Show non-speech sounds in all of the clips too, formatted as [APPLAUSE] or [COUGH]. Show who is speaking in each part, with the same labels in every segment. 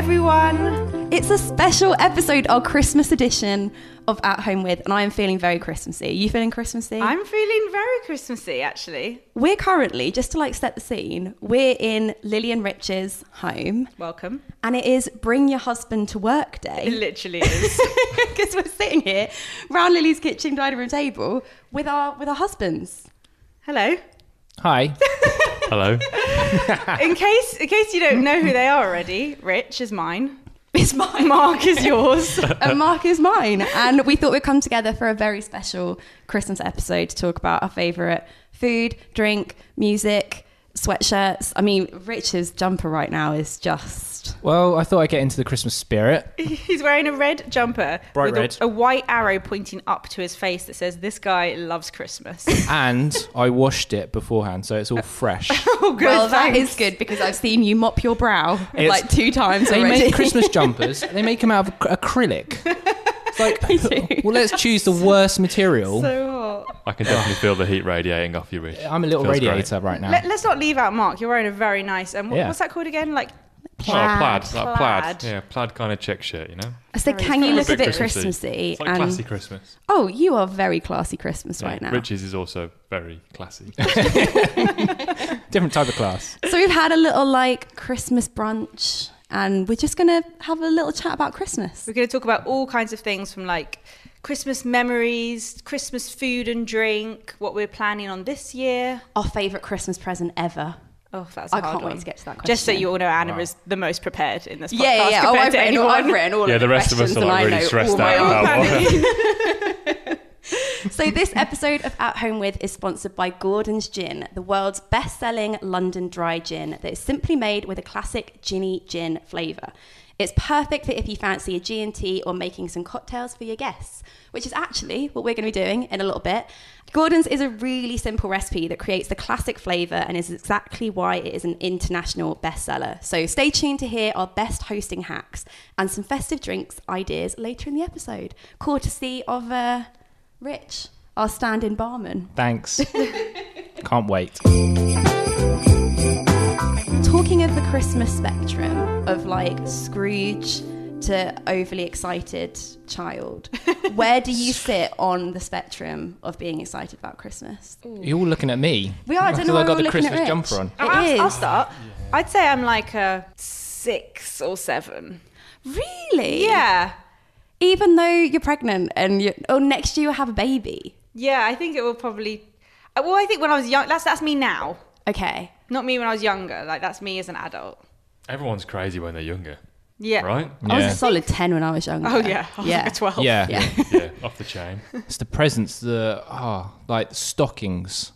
Speaker 1: everyone.
Speaker 2: It's a special episode, our Christmas edition of At Home With, and I am feeling very Christmassy. You feeling Christmassy?
Speaker 1: I'm feeling very Christmassy, actually.
Speaker 2: We're currently, just to like set the scene, we're in Lillian Rich's home,
Speaker 1: Welcome.
Speaker 2: and it is Bring Your Husband to Work
Speaker 1: It [LAUGHS]
Speaker 2: Day.
Speaker 1: literally is.
Speaker 2: Because we're sitting here round Lily's kitchen dining room table with our with our husbands.
Speaker 1: Hello.
Speaker 3: Hi. [LAUGHS] Hello.
Speaker 1: In case in case you don't know who they are already, Rich is mine.
Speaker 2: It's [LAUGHS] mine,
Speaker 1: Mark is yours.
Speaker 2: [LAUGHS] and Mark is mine. And we thought we'd come together for a very special Christmas episode to talk about our favourite food, drink, music, sweatshirts. I mean, Rich's jumper right now is just.
Speaker 3: Well, I thought I'd get into the Christmas spirit.
Speaker 1: He's wearing a red jumper
Speaker 3: Bright
Speaker 1: with a-
Speaker 3: red.
Speaker 1: A, white arrow pointing up to his face that says, "This guy loves Christmas."
Speaker 2: [LAUGHS]
Speaker 3: [LAUGHS] And I washed it beforehand, so it's all fresh.
Speaker 1: oh, good.
Speaker 2: well, that
Speaker 1: thanks.
Speaker 2: is good because I've seen you mop your brow
Speaker 3: It's-
Speaker 2: like two times
Speaker 3: They
Speaker 2: already.
Speaker 3: make
Speaker 2: [LAUGHS]
Speaker 3: Christmas jumpers, they make them out of ac- acrylic. It's like, [LAUGHS] well, let's choose the worst material.
Speaker 1: So hot.
Speaker 4: I can definitely feel the heat radiating off you, Rich.
Speaker 3: I'm a little
Speaker 4: Feels great.
Speaker 3: radiator right now.
Speaker 1: Let, us not leave out Mark. You're wearing a very nice. Um, what-
Speaker 3: Yeah.
Speaker 1: What's that called again? Like
Speaker 4: Oh, plaid.
Speaker 1: Plaid.
Speaker 4: Like plaid.
Speaker 1: Plaid.
Speaker 4: Yeah, plaid kind of check shirt, you know?
Speaker 2: I said, can you
Speaker 1: Very
Speaker 2: look a bit
Speaker 4: Christmassy.
Speaker 2: Christmassy?
Speaker 4: It's like classy Christmas.
Speaker 2: oh, you are very classy Christmas right
Speaker 4: Yeah,
Speaker 2: now.
Speaker 4: Rich's is also very
Speaker 2: [LAUGHS]
Speaker 4: classy.
Speaker 3: Different type of class.
Speaker 2: So we've had a little like Christmas brunch, and we're just gonna have a little chat about Christmas.
Speaker 1: We're going to talk about all kinds of things from like Christmas memories, Christmas food and drink, what we're planning on this year.
Speaker 2: Our favourite Christmas present ever.
Speaker 1: Oh, that's a
Speaker 2: I
Speaker 1: hard
Speaker 2: can't
Speaker 1: one.
Speaker 2: wait to get to that question.
Speaker 1: Just so you all know, Anna is the most prepared in this podcast.
Speaker 2: Yeah, yeah, yeah. Oh,
Speaker 1: compared
Speaker 2: I've
Speaker 1: to
Speaker 2: written, all,
Speaker 1: anyone.
Speaker 2: I've written all
Speaker 4: yeah,
Speaker 2: of the
Speaker 4: the rest of
Speaker 2: questions
Speaker 4: us are
Speaker 2: and I
Speaker 4: like really
Speaker 2: know
Speaker 4: stressed
Speaker 2: all my
Speaker 4: out
Speaker 2: own
Speaker 4: about
Speaker 2: questions.
Speaker 4: what.
Speaker 2: So this episode of At Home With is sponsored by Gordon's Gin, the world's best-selling London dry gin that is simply made with a classic ginny gin flavour. It's perfect for if you fancy a G&T or making some cocktails for your guests, which is actually what we're going to be doing in a little bit. Gordon's is a really simple recipe that creates the classic flavour and is exactly why it is an international bestseller. So stay tuned to hear our best hosting hacks and some festive drinks ideas later in the episode, courtesy of uh, Rich, our stand-in barman. [LAUGHS]
Speaker 3: Thanks. Can't wait.
Speaker 2: Talking of the Christmas spectrum of like Scrooge to overly excited
Speaker 3: [LAUGHS]
Speaker 2: child, where do you sit on the spectrum of being excited about Christmas?
Speaker 3: You're all looking at me.
Speaker 2: We are. I don't
Speaker 3: Because
Speaker 2: know why
Speaker 3: I got
Speaker 2: we're
Speaker 3: the
Speaker 2: looking at
Speaker 3: Christmas
Speaker 2: Rich.
Speaker 3: jumper on.
Speaker 1: [LAUGHS] I'll,
Speaker 2: It is.
Speaker 1: I'll start. I'd say I'm like a six or seven.
Speaker 2: Really?
Speaker 1: Yeah.
Speaker 2: Even though you're pregnant and you oh next year you'll have a baby.
Speaker 1: Yeah, I think it will probably. uh, Well, I think when I was young, that's, that's me now.
Speaker 2: Okay.
Speaker 1: Not me when I was younger. Like, that's me as an adult.
Speaker 4: Everyone's crazy when they're younger,
Speaker 1: Yeah.
Speaker 2: [LAUGHS]
Speaker 4: right?
Speaker 2: I was
Speaker 3: Yeah.
Speaker 2: a solid ten when I was younger.
Speaker 1: Oh, yeah. I was like a 12.
Speaker 3: Yeah.
Speaker 2: Yeah.
Speaker 4: Yeah, off the chain.
Speaker 3: It's the presents, the ah, like stockings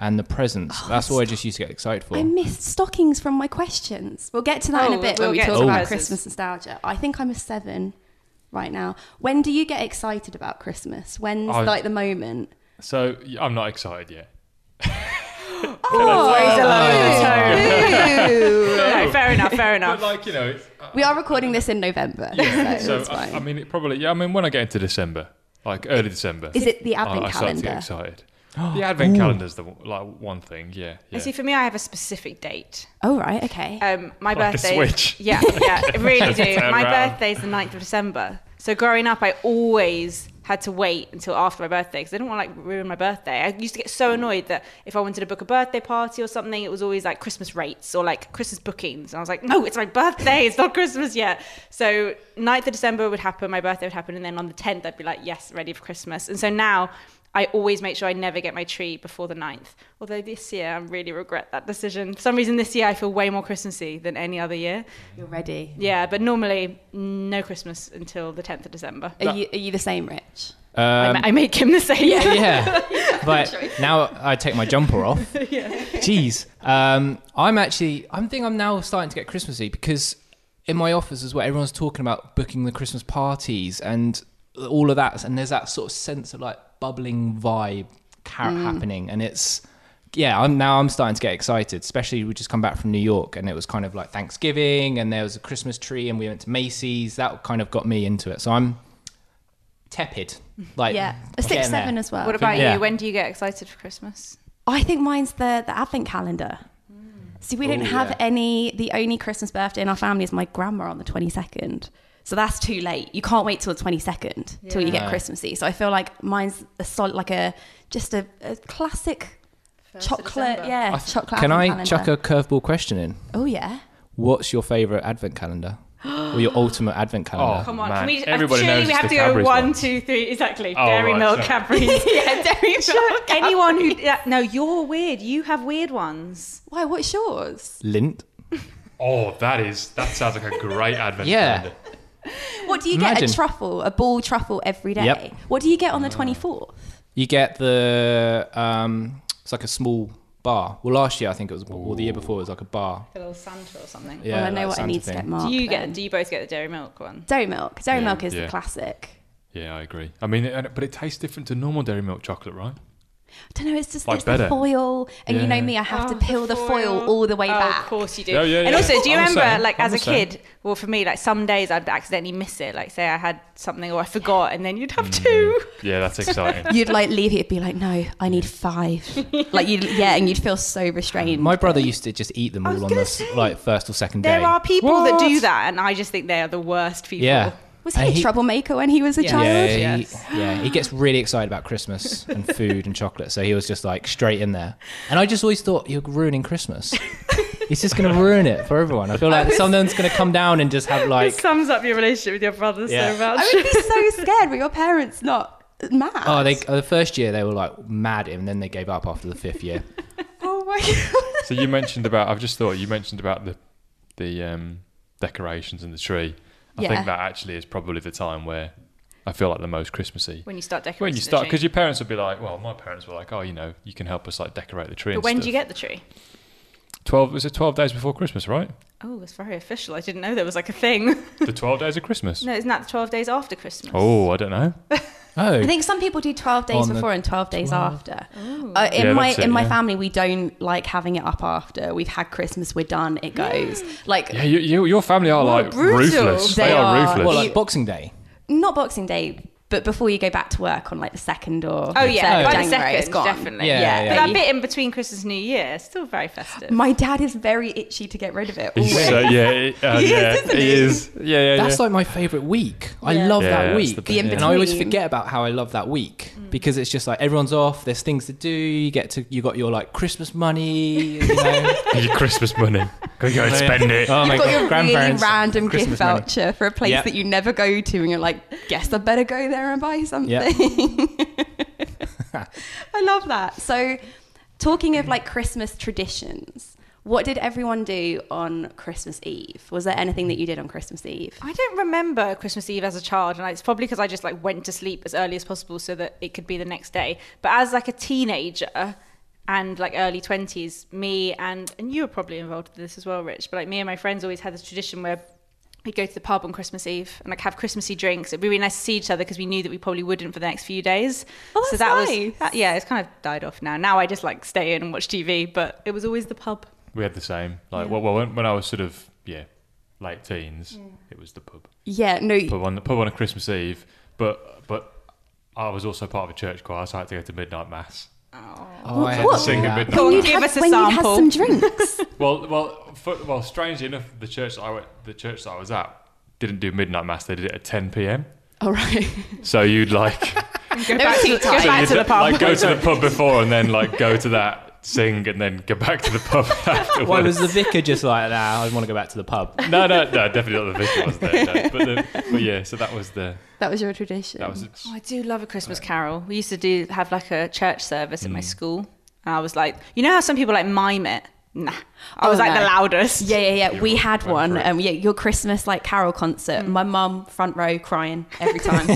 Speaker 3: and the presents. That's what I just used to get excited for.
Speaker 2: Oh, I missed stockings from my questions. We'll get to that in
Speaker 1: Oh,
Speaker 2: a bit
Speaker 1: we'll
Speaker 2: when we
Speaker 1: get
Speaker 2: talk
Speaker 1: to
Speaker 2: about
Speaker 1: those.
Speaker 2: Christmas nostalgia. I think I'm a seven right now. When do you get excited about Christmas? When's
Speaker 4: I-
Speaker 2: like the moment?
Speaker 4: So y- I'm not excited yet.
Speaker 2: Oh. [LAUGHS]
Speaker 1: No, fair enough, fair
Speaker 4: But
Speaker 1: enough.
Speaker 4: like, you know, it's, uh,
Speaker 2: We are recording this in November. so,
Speaker 4: so uh, um,
Speaker 2: it's
Speaker 4: I,
Speaker 2: fine.
Speaker 4: I mean, it probably, yeah, I mean, when I get into December, like early December.
Speaker 2: Is it the
Speaker 4: I,
Speaker 2: advent
Speaker 4: I start to get
Speaker 2: calendar? [GASPS]
Speaker 4: excited. the advent calendar's the one- like one thing, yeah. yeah.
Speaker 1: See, for me, I have a specific date.
Speaker 2: Oh right, okay.
Speaker 1: Um, my
Speaker 4: Like a
Speaker 1: birthday.
Speaker 4: switch.
Speaker 1: Yeah, yeah, I really do.
Speaker 4: Turn
Speaker 1: My
Speaker 4: around.
Speaker 1: birthday's the 9th of December. So growing up, I always had to wait until after my birthday because I didn't want to like ruin my birthday. I used to get so annoyed that if I wanted to book a birthday party or something, it was always like Christmas rates or like Christmas bookings. And I was like, no, it's my birthday. It's not Christmas yet. So 9th of December would happen, my birthday would happen. And then on the 10th, I'd be like, yes, ready for Christmas. And so now I always make sure I never get my tree before the 9th. Although this year, I really regret that decision. For some reason, this year I feel way more Christmassy than any other year.
Speaker 2: You're ready.
Speaker 1: Yeah, but normally no Christmas until the 10th of December.
Speaker 2: Are you, are you the same, Rich?
Speaker 1: I,
Speaker 3: Um,
Speaker 1: ma- I made Kim the same. Yeah,
Speaker 2: [LAUGHS]
Speaker 3: yeah. But now I take my jumper off. Jeez. Um, I'm actually, I think I'm now starting to get Christmassy because in my office is what everyone's talking about booking the Christmas parties and all of that. And there's that sort of sense of like bubbling vibe ca-
Speaker 2: Mm.
Speaker 3: happening. And it's, yeah, I'm now I'm starting to get excited, especially we just come back from New York and it was kind of like Thanksgiving and there was a Christmas tree and we went to Macy's. That kind of got me into it. So I'm tepid. Like
Speaker 2: Yeah, a six
Speaker 3: getting there.
Speaker 2: seven as
Speaker 1: [LAUGHS]
Speaker 2: well.
Speaker 1: What about
Speaker 3: Yeah.
Speaker 1: you? When do you get excited for Christmas?
Speaker 2: I think mine's the the advent calendar. See, we don't
Speaker 3: Ooh,
Speaker 2: have
Speaker 3: Mm. Oh, yeah.
Speaker 2: any. The only Christmas birthday in our family is my grandma on the 22nd. So that's too late. You can't wait till the 22nd till you get
Speaker 3: Yeah.
Speaker 2: Christmassy. So I feel like mine's a solid, like a just a, a classic chocolate. Yeah, chocolate.
Speaker 3: Can I
Speaker 2: advent
Speaker 3: chuck
Speaker 2: calendar.
Speaker 3: a curveball question in?
Speaker 2: Oh yeah.
Speaker 3: What's your favourite advent calendar? or your ultimate advent calendar?
Speaker 1: Come on,
Speaker 4: Man,
Speaker 1: can we, uh,
Speaker 4: everybody
Speaker 1: surely
Speaker 4: knows
Speaker 1: we
Speaker 4: it's
Speaker 1: have
Speaker 4: the
Speaker 1: to go
Speaker 4: Cadbury's
Speaker 1: one,
Speaker 4: one.
Speaker 1: two, three. Exactly.
Speaker 4: Oh,
Speaker 1: Dairy
Speaker 4: right,
Speaker 1: milk,
Speaker 4: sorry.
Speaker 1: Cadbury's.
Speaker 2: yeah, dairy milk.
Speaker 1: Anyone who yeah, no, you're weird. You have weird ones.
Speaker 2: Why? What's yours?
Speaker 3: Lint?
Speaker 4: Oh, that is that sounds like
Speaker 2: [LAUGHS]
Speaker 4: a great advent.
Speaker 3: Yeah.
Speaker 4: calendar.
Speaker 2: What do you get?
Speaker 3: Imagine.
Speaker 2: A truffle, a ball truffle every day.
Speaker 3: Yep. Mm.
Speaker 2: What do you get on the 24th?
Speaker 3: You get the um, it's like a small bar. Well, last year I think it was, or the year before it was like a bar.
Speaker 1: A little Santa or something.
Speaker 3: Yeah,
Speaker 2: well, I know
Speaker 3: like
Speaker 2: what I
Speaker 3: Santa
Speaker 2: need
Speaker 3: thing.
Speaker 2: to get. Mark.
Speaker 1: Do you
Speaker 2: then.
Speaker 1: get? Do you both get the dairy milk one?
Speaker 2: dairy milk? Dairy
Speaker 4: Yeah,
Speaker 2: milk is
Speaker 4: yeah.
Speaker 2: the classic.
Speaker 4: Yeah, I agree. I mean, and- but it tastes different to normal dairy milk chocolate, right?
Speaker 2: I don't know. It's just
Speaker 4: Like
Speaker 2: it's the
Speaker 4: better.
Speaker 2: foil, and you know
Speaker 4: Yeah.
Speaker 2: me, I have
Speaker 1: Oh,
Speaker 2: to
Speaker 1: the
Speaker 2: peel the foil.
Speaker 1: foil.
Speaker 2: all the way
Speaker 1: oh,
Speaker 2: back.
Speaker 1: Of course you do.
Speaker 4: Yeah, yeah,
Speaker 1: and
Speaker 4: yeah.
Speaker 1: also, do you
Speaker 4: I'm the
Speaker 1: remember,
Speaker 4: same.
Speaker 1: like,
Speaker 4: I'm
Speaker 1: as
Speaker 4: the
Speaker 1: a
Speaker 4: same.
Speaker 1: kid, well, for me, like, some days I'd accidentally miss it. Like, say I had something or I forgot, and then you'd have
Speaker 4: Mm-hmm.
Speaker 1: two.
Speaker 4: Yeah, that's exciting.
Speaker 2: You'd like leave it, you'd be like, no, I need five. [LAUGHS] like you, yeah, and you'd feel so restrained.
Speaker 3: My brother used to just eat them
Speaker 1: was
Speaker 3: all on
Speaker 1: gonna
Speaker 3: the
Speaker 1: say,
Speaker 3: s like first or second
Speaker 1: There
Speaker 3: day.
Speaker 1: are people that do
Speaker 4: What?
Speaker 1: that, and I just think they are the worst people.
Speaker 3: yeah.
Speaker 2: was
Speaker 3: And
Speaker 2: he a troublemaker when he was a
Speaker 1: Yeah.
Speaker 2: child?
Speaker 3: Yeah, he,
Speaker 1: Yes.
Speaker 3: yeah, he gets really excited about Christmas and food and chocolate, so he was just like straight in there. And I just always thought you're ruining
Speaker 2: [LAUGHS]
Speaker 3: Christmas. He's just going to ruin it for everyone. I feel like someone's going to come down and just have
Speaker 1: It
Speaker 3: like,
Speaker 1: sums up your relationship with your brother
Speaker 3: Yeah.
Speaker 1: so much.
Speaker 2: I would be so scared. Were your parents not mad?
Speaker 3: oh, they the first year they were like mad at him, and then they gave up after the fifth
Speaker 4: [LAUGHS]
Speaker 3: year.
Speaker 2: oh my god.
Speaker 4: [LAUGHS] so you mentioned about. I've just thought you mentioned about the the um, decorations and the tree. I
Speaker 2: Yeah.
Speaker 4: think that actually is probably the time where I feel like the most Christmassy.
Speaker 1: when you start decorating
Speaker 4: When you
Speaker 1: the
Speaker 4: start,
Speaker 1: tree.
Speaker 4: because your parents would be like, "Well, my parents were like, oh, you know, you can help us like decorate the tree."
Speaker 1: But
Speaker 4: and
Speaker 1: when
Speaker 4: stuff.
Speaker 1: do you get the tree?
Speaker 4: twelve? Was it twelve days before
Speaker 1: [LAUGHS]
Speaker 4: Christmas? Right,
Speaker 1: Oh, it's very official. I didn't know there was like a thing.
Speaker 4: [LAUGHS] the twelve days of Christmas.
Speaker 1: no, isn't that the 12 days after Christmas?
Speaker 4: Oh, I
Speaker 1: [LAUGHS]
Speaker 4: don't know.
Speaker 3: Oh,
Speaker 2: I think some people do twelve days
Speaker 3: On the
Speaker 2: before and twelve days after. Uh, in
Speaker 4: Yeah,
Speaker 2: my
Speaker 4: that's it,
Speaker 2: in my
Speaker 4: yeah.
Speaker 2: family, we don't like having it up after. We've had Christmas, we're done. It goes like
Speaker 4: Yeah, you, you, your family are like
Speaker 1: brutal.
Speaker 4: ruthless. They,
Speaker 2: They
Speaker 4: are,
Speaker 2: are.
Speaker 4: ruthless.
Speaker 3: well,
Speaker 2: you-
Speaker 3: like Boxing Day.
Speaker 2: not Boxing Day, but before you go back to work on like the second or
Speaker 1: Oh yeah,
Speaker 2: third of
Speaker 1: by the
Speaker 2: January, it's
Speaker 1: second,
Speaker 2: gone.
Speaker 1: definitely.
Speaker 3: Yeah, yeah,
Speaker 1: But
Speaker 3: yeah.
Speaker 1: that bit in between Christmas and New Year, is still very festive.
Speaker 2: My dad is very itchy to get rid of it.
Speaker 4: He's
Speaker 2: always.
Speaker 4: so- yeah, Oh, [LAUGHS] he- uh,
Speaker 2: He is,
Speaker 4: yeah,
Speaker 2: isn't he?
Speaker 4: he is. Yeah, yeah,
Speaker 3: That's
Speaker 4: Oh, yeah.
Speaker 3: like my favorite week. I
Speaker 2: Yeah.
Speaker 3: love
Speaker 4: Yeah,
Speaker 3: that
Speaker 4: that's
Speaker 3: week.
Speaker 2: The
Speaker 4: the
Speaker 2: Mm. best. in
Speaker 3: and I always
Speaker 2: between.
Speaker 3: forget about how I love that week because it's just like everyone's off, there's things to do, you get to you got your like Christmas money, you
Speaker 2: [LAUGHS]
Speaker 3: know.
Speaker 4: your Christmas money. Go go and spend it.
Speaker 3: oh my
Speaker 2: You've got your really
Speaker 3: grandparents,
Speaker 2: random gift
Speaker 3: Christmas money.
Speaker 2: voucher for a place
Speaker 3: Yep.
Speaker 2: that you never go to, and you're like, guess I better go there and buy something. [LAUGHS] I love that. So, talking of like Christmas traditions, what did everyone do on Christmas Eve? Was there anything that you did on Christmas Eve?
Speaker 1: I don't remember Christmas Eve as a child, and it's probably because I just like went to sleep as early as possible so that it could be the next day. But as like a teenager and like early twenties, me and and you were probably involved in this as well, Rich. But like me and my friends always had this tradition where we'd go to the pub on Christmas Eve and like have Christmassy drinks. It'd be really nice to see each other because we knew that we probably wouldn't for the next few days.
Speaker 2: Oh, that's
Speaker 1: that
Speaker 2: nice.
Speaker 1: was that, yeah, it's kind of died off now. Now I just like stay in and watch TV, but it was always the pub.
Speaker 4: We had the same. Like, well, well, when, when I was sort of yeah, late teens, it was the pub.
Speaker 2: Yeah, no.
Speaker 4: Pub on pub on a Christmas Eve, but but I was also part of a church choir, so I had to go to midnight mass.
Speaker 3: Oh, I had
Speaker 2: What?
Speaker 3: to sing
Speaker 4: Sing a
Speaker 3: that.
Speaker 4: bit.
Speaker 1: Can you
Speaker 2: you'd
Speaker 1: give
Speaker 2: have-
Speaker 1: us a
Speaker 2: when you'd have
Speaker 1: sample?
Speaker 2: some drinks.
Speaker 1: [LAUGHS]
Speaker 4: Well, well, for, well. Strangely enough, the church that I went, the church that I was at, didn't do midnight mass. They did it at 10 p.m.
Speaker 2: All right.
Speaker 4: So you'd like
Speaker 1: Go back, to, go
Speaker 2: So
Speaker 1: back
Speaker 4: you'd,
Speaker 1: to the pub.
Speaker 4: like go to the pub before and then like go to that sing and then go back to the pub [LAUGHS] afterwards.
Speaker 3: Why was the vicar just like that? I want to go back to the pub.
Speaker 4: no, no, no, definitely not the vicar was there. No. But, the, but yeah, so that was the
Speaker 2: That was your tradition.
Speaker 4: that was
Speaker 1: Oh, I do love a Christmas carol. We used to do have like a church service
Speaker 3: Mm.
Speaker 1: at my school, and I was like, you know how some people like mime it. Nah, I was
Speaker 2: Oh,
Speaker 1: like the
Speaker 2: no.
Speaker 1: loudest.
Speaker 2: Yeah, yeah, yeah.
Speaker 4: You
Speaker 2: We
Speaker 4: went-
Speaker 2: had
Speaker 4: went
Speaker 2: one.
Speaker 4: for it.
Speaker 2: Um, yeah, your Christmas like carol concert. My mum front row crying every time.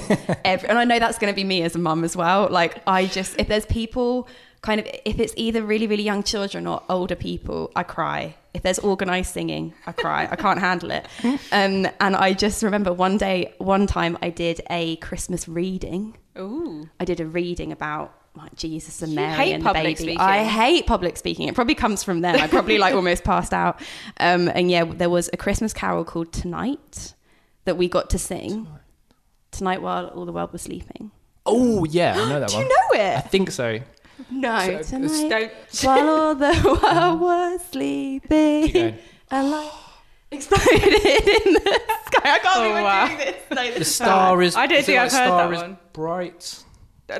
Speaker 2: every, and I know that's going to be me as a mum as well. Like I just if there's people kind of if it's either really really young children or older people, I cry. If there's organised singing, I cry. I can't handle it. Um, and I just remember one day, one time, I did a Christmas reading.
Speaker 1: Ooh.
Speaker 2: I did a reading about like, Jesus and
Speaker 1: You
Speaker 2: Mary
Speaker 1: hate
Speaker 2: and the
Speaker 1: public
Speaker 2: baby.
Speaker 1: speaking.
Speaker 2: I hate public speaking. It probably comes from them. I
Speaker 1: [LAUGHS]
Speaker 2: probably like almost passed out. Um, and yeah, there was a Christmas carol called Tonight that we got to sing. Tonight while all the world was sleeping.
Speaker 3: Oh yeah, I know that
Speaker 2: Do
Speaker 3: one.
Speaker 1: [LAUGHS]
Speaker 2: you know
Speaker 3: I
Speaker 2: it?
Speaker 3: think so.
Speaker 2: No,
Speaker 3: So, it's-
Speaker 2: tonight. [LAUGHS]
Speaker 1: Don't.
Speaker 2: While
Speaker 1: [LAUGHS]
Speaker 2: all the
Speaker 1: Oh.
Speaker 2: world was
Speaker 3: Keep
Speaker 2: sleeping,
Speaker 3: going.
Speaker 1: [GASPS]
Speaker 2: a light exploded
Speaker 1: [LAUGHS]
Speaker 2: in the sky. I can't
Speaker 1: Oh,
Speaker 2: even
Speaker 1: wow.
Speaker 2: do this. No, this
Speaker 3: The
Speaker 2: is
Speaker 3: star
Speaker 1: bad.
Speaker 3: is.
Speaker 1: I don't
Speaker 3: is it
Speaker 1: think
Speaker 3: like
Speaker 1: I've heard
Speaker 3: star
Speaker 1: that
Speaker 3: is
Speaker 1: one.
Speaker 3: Bright.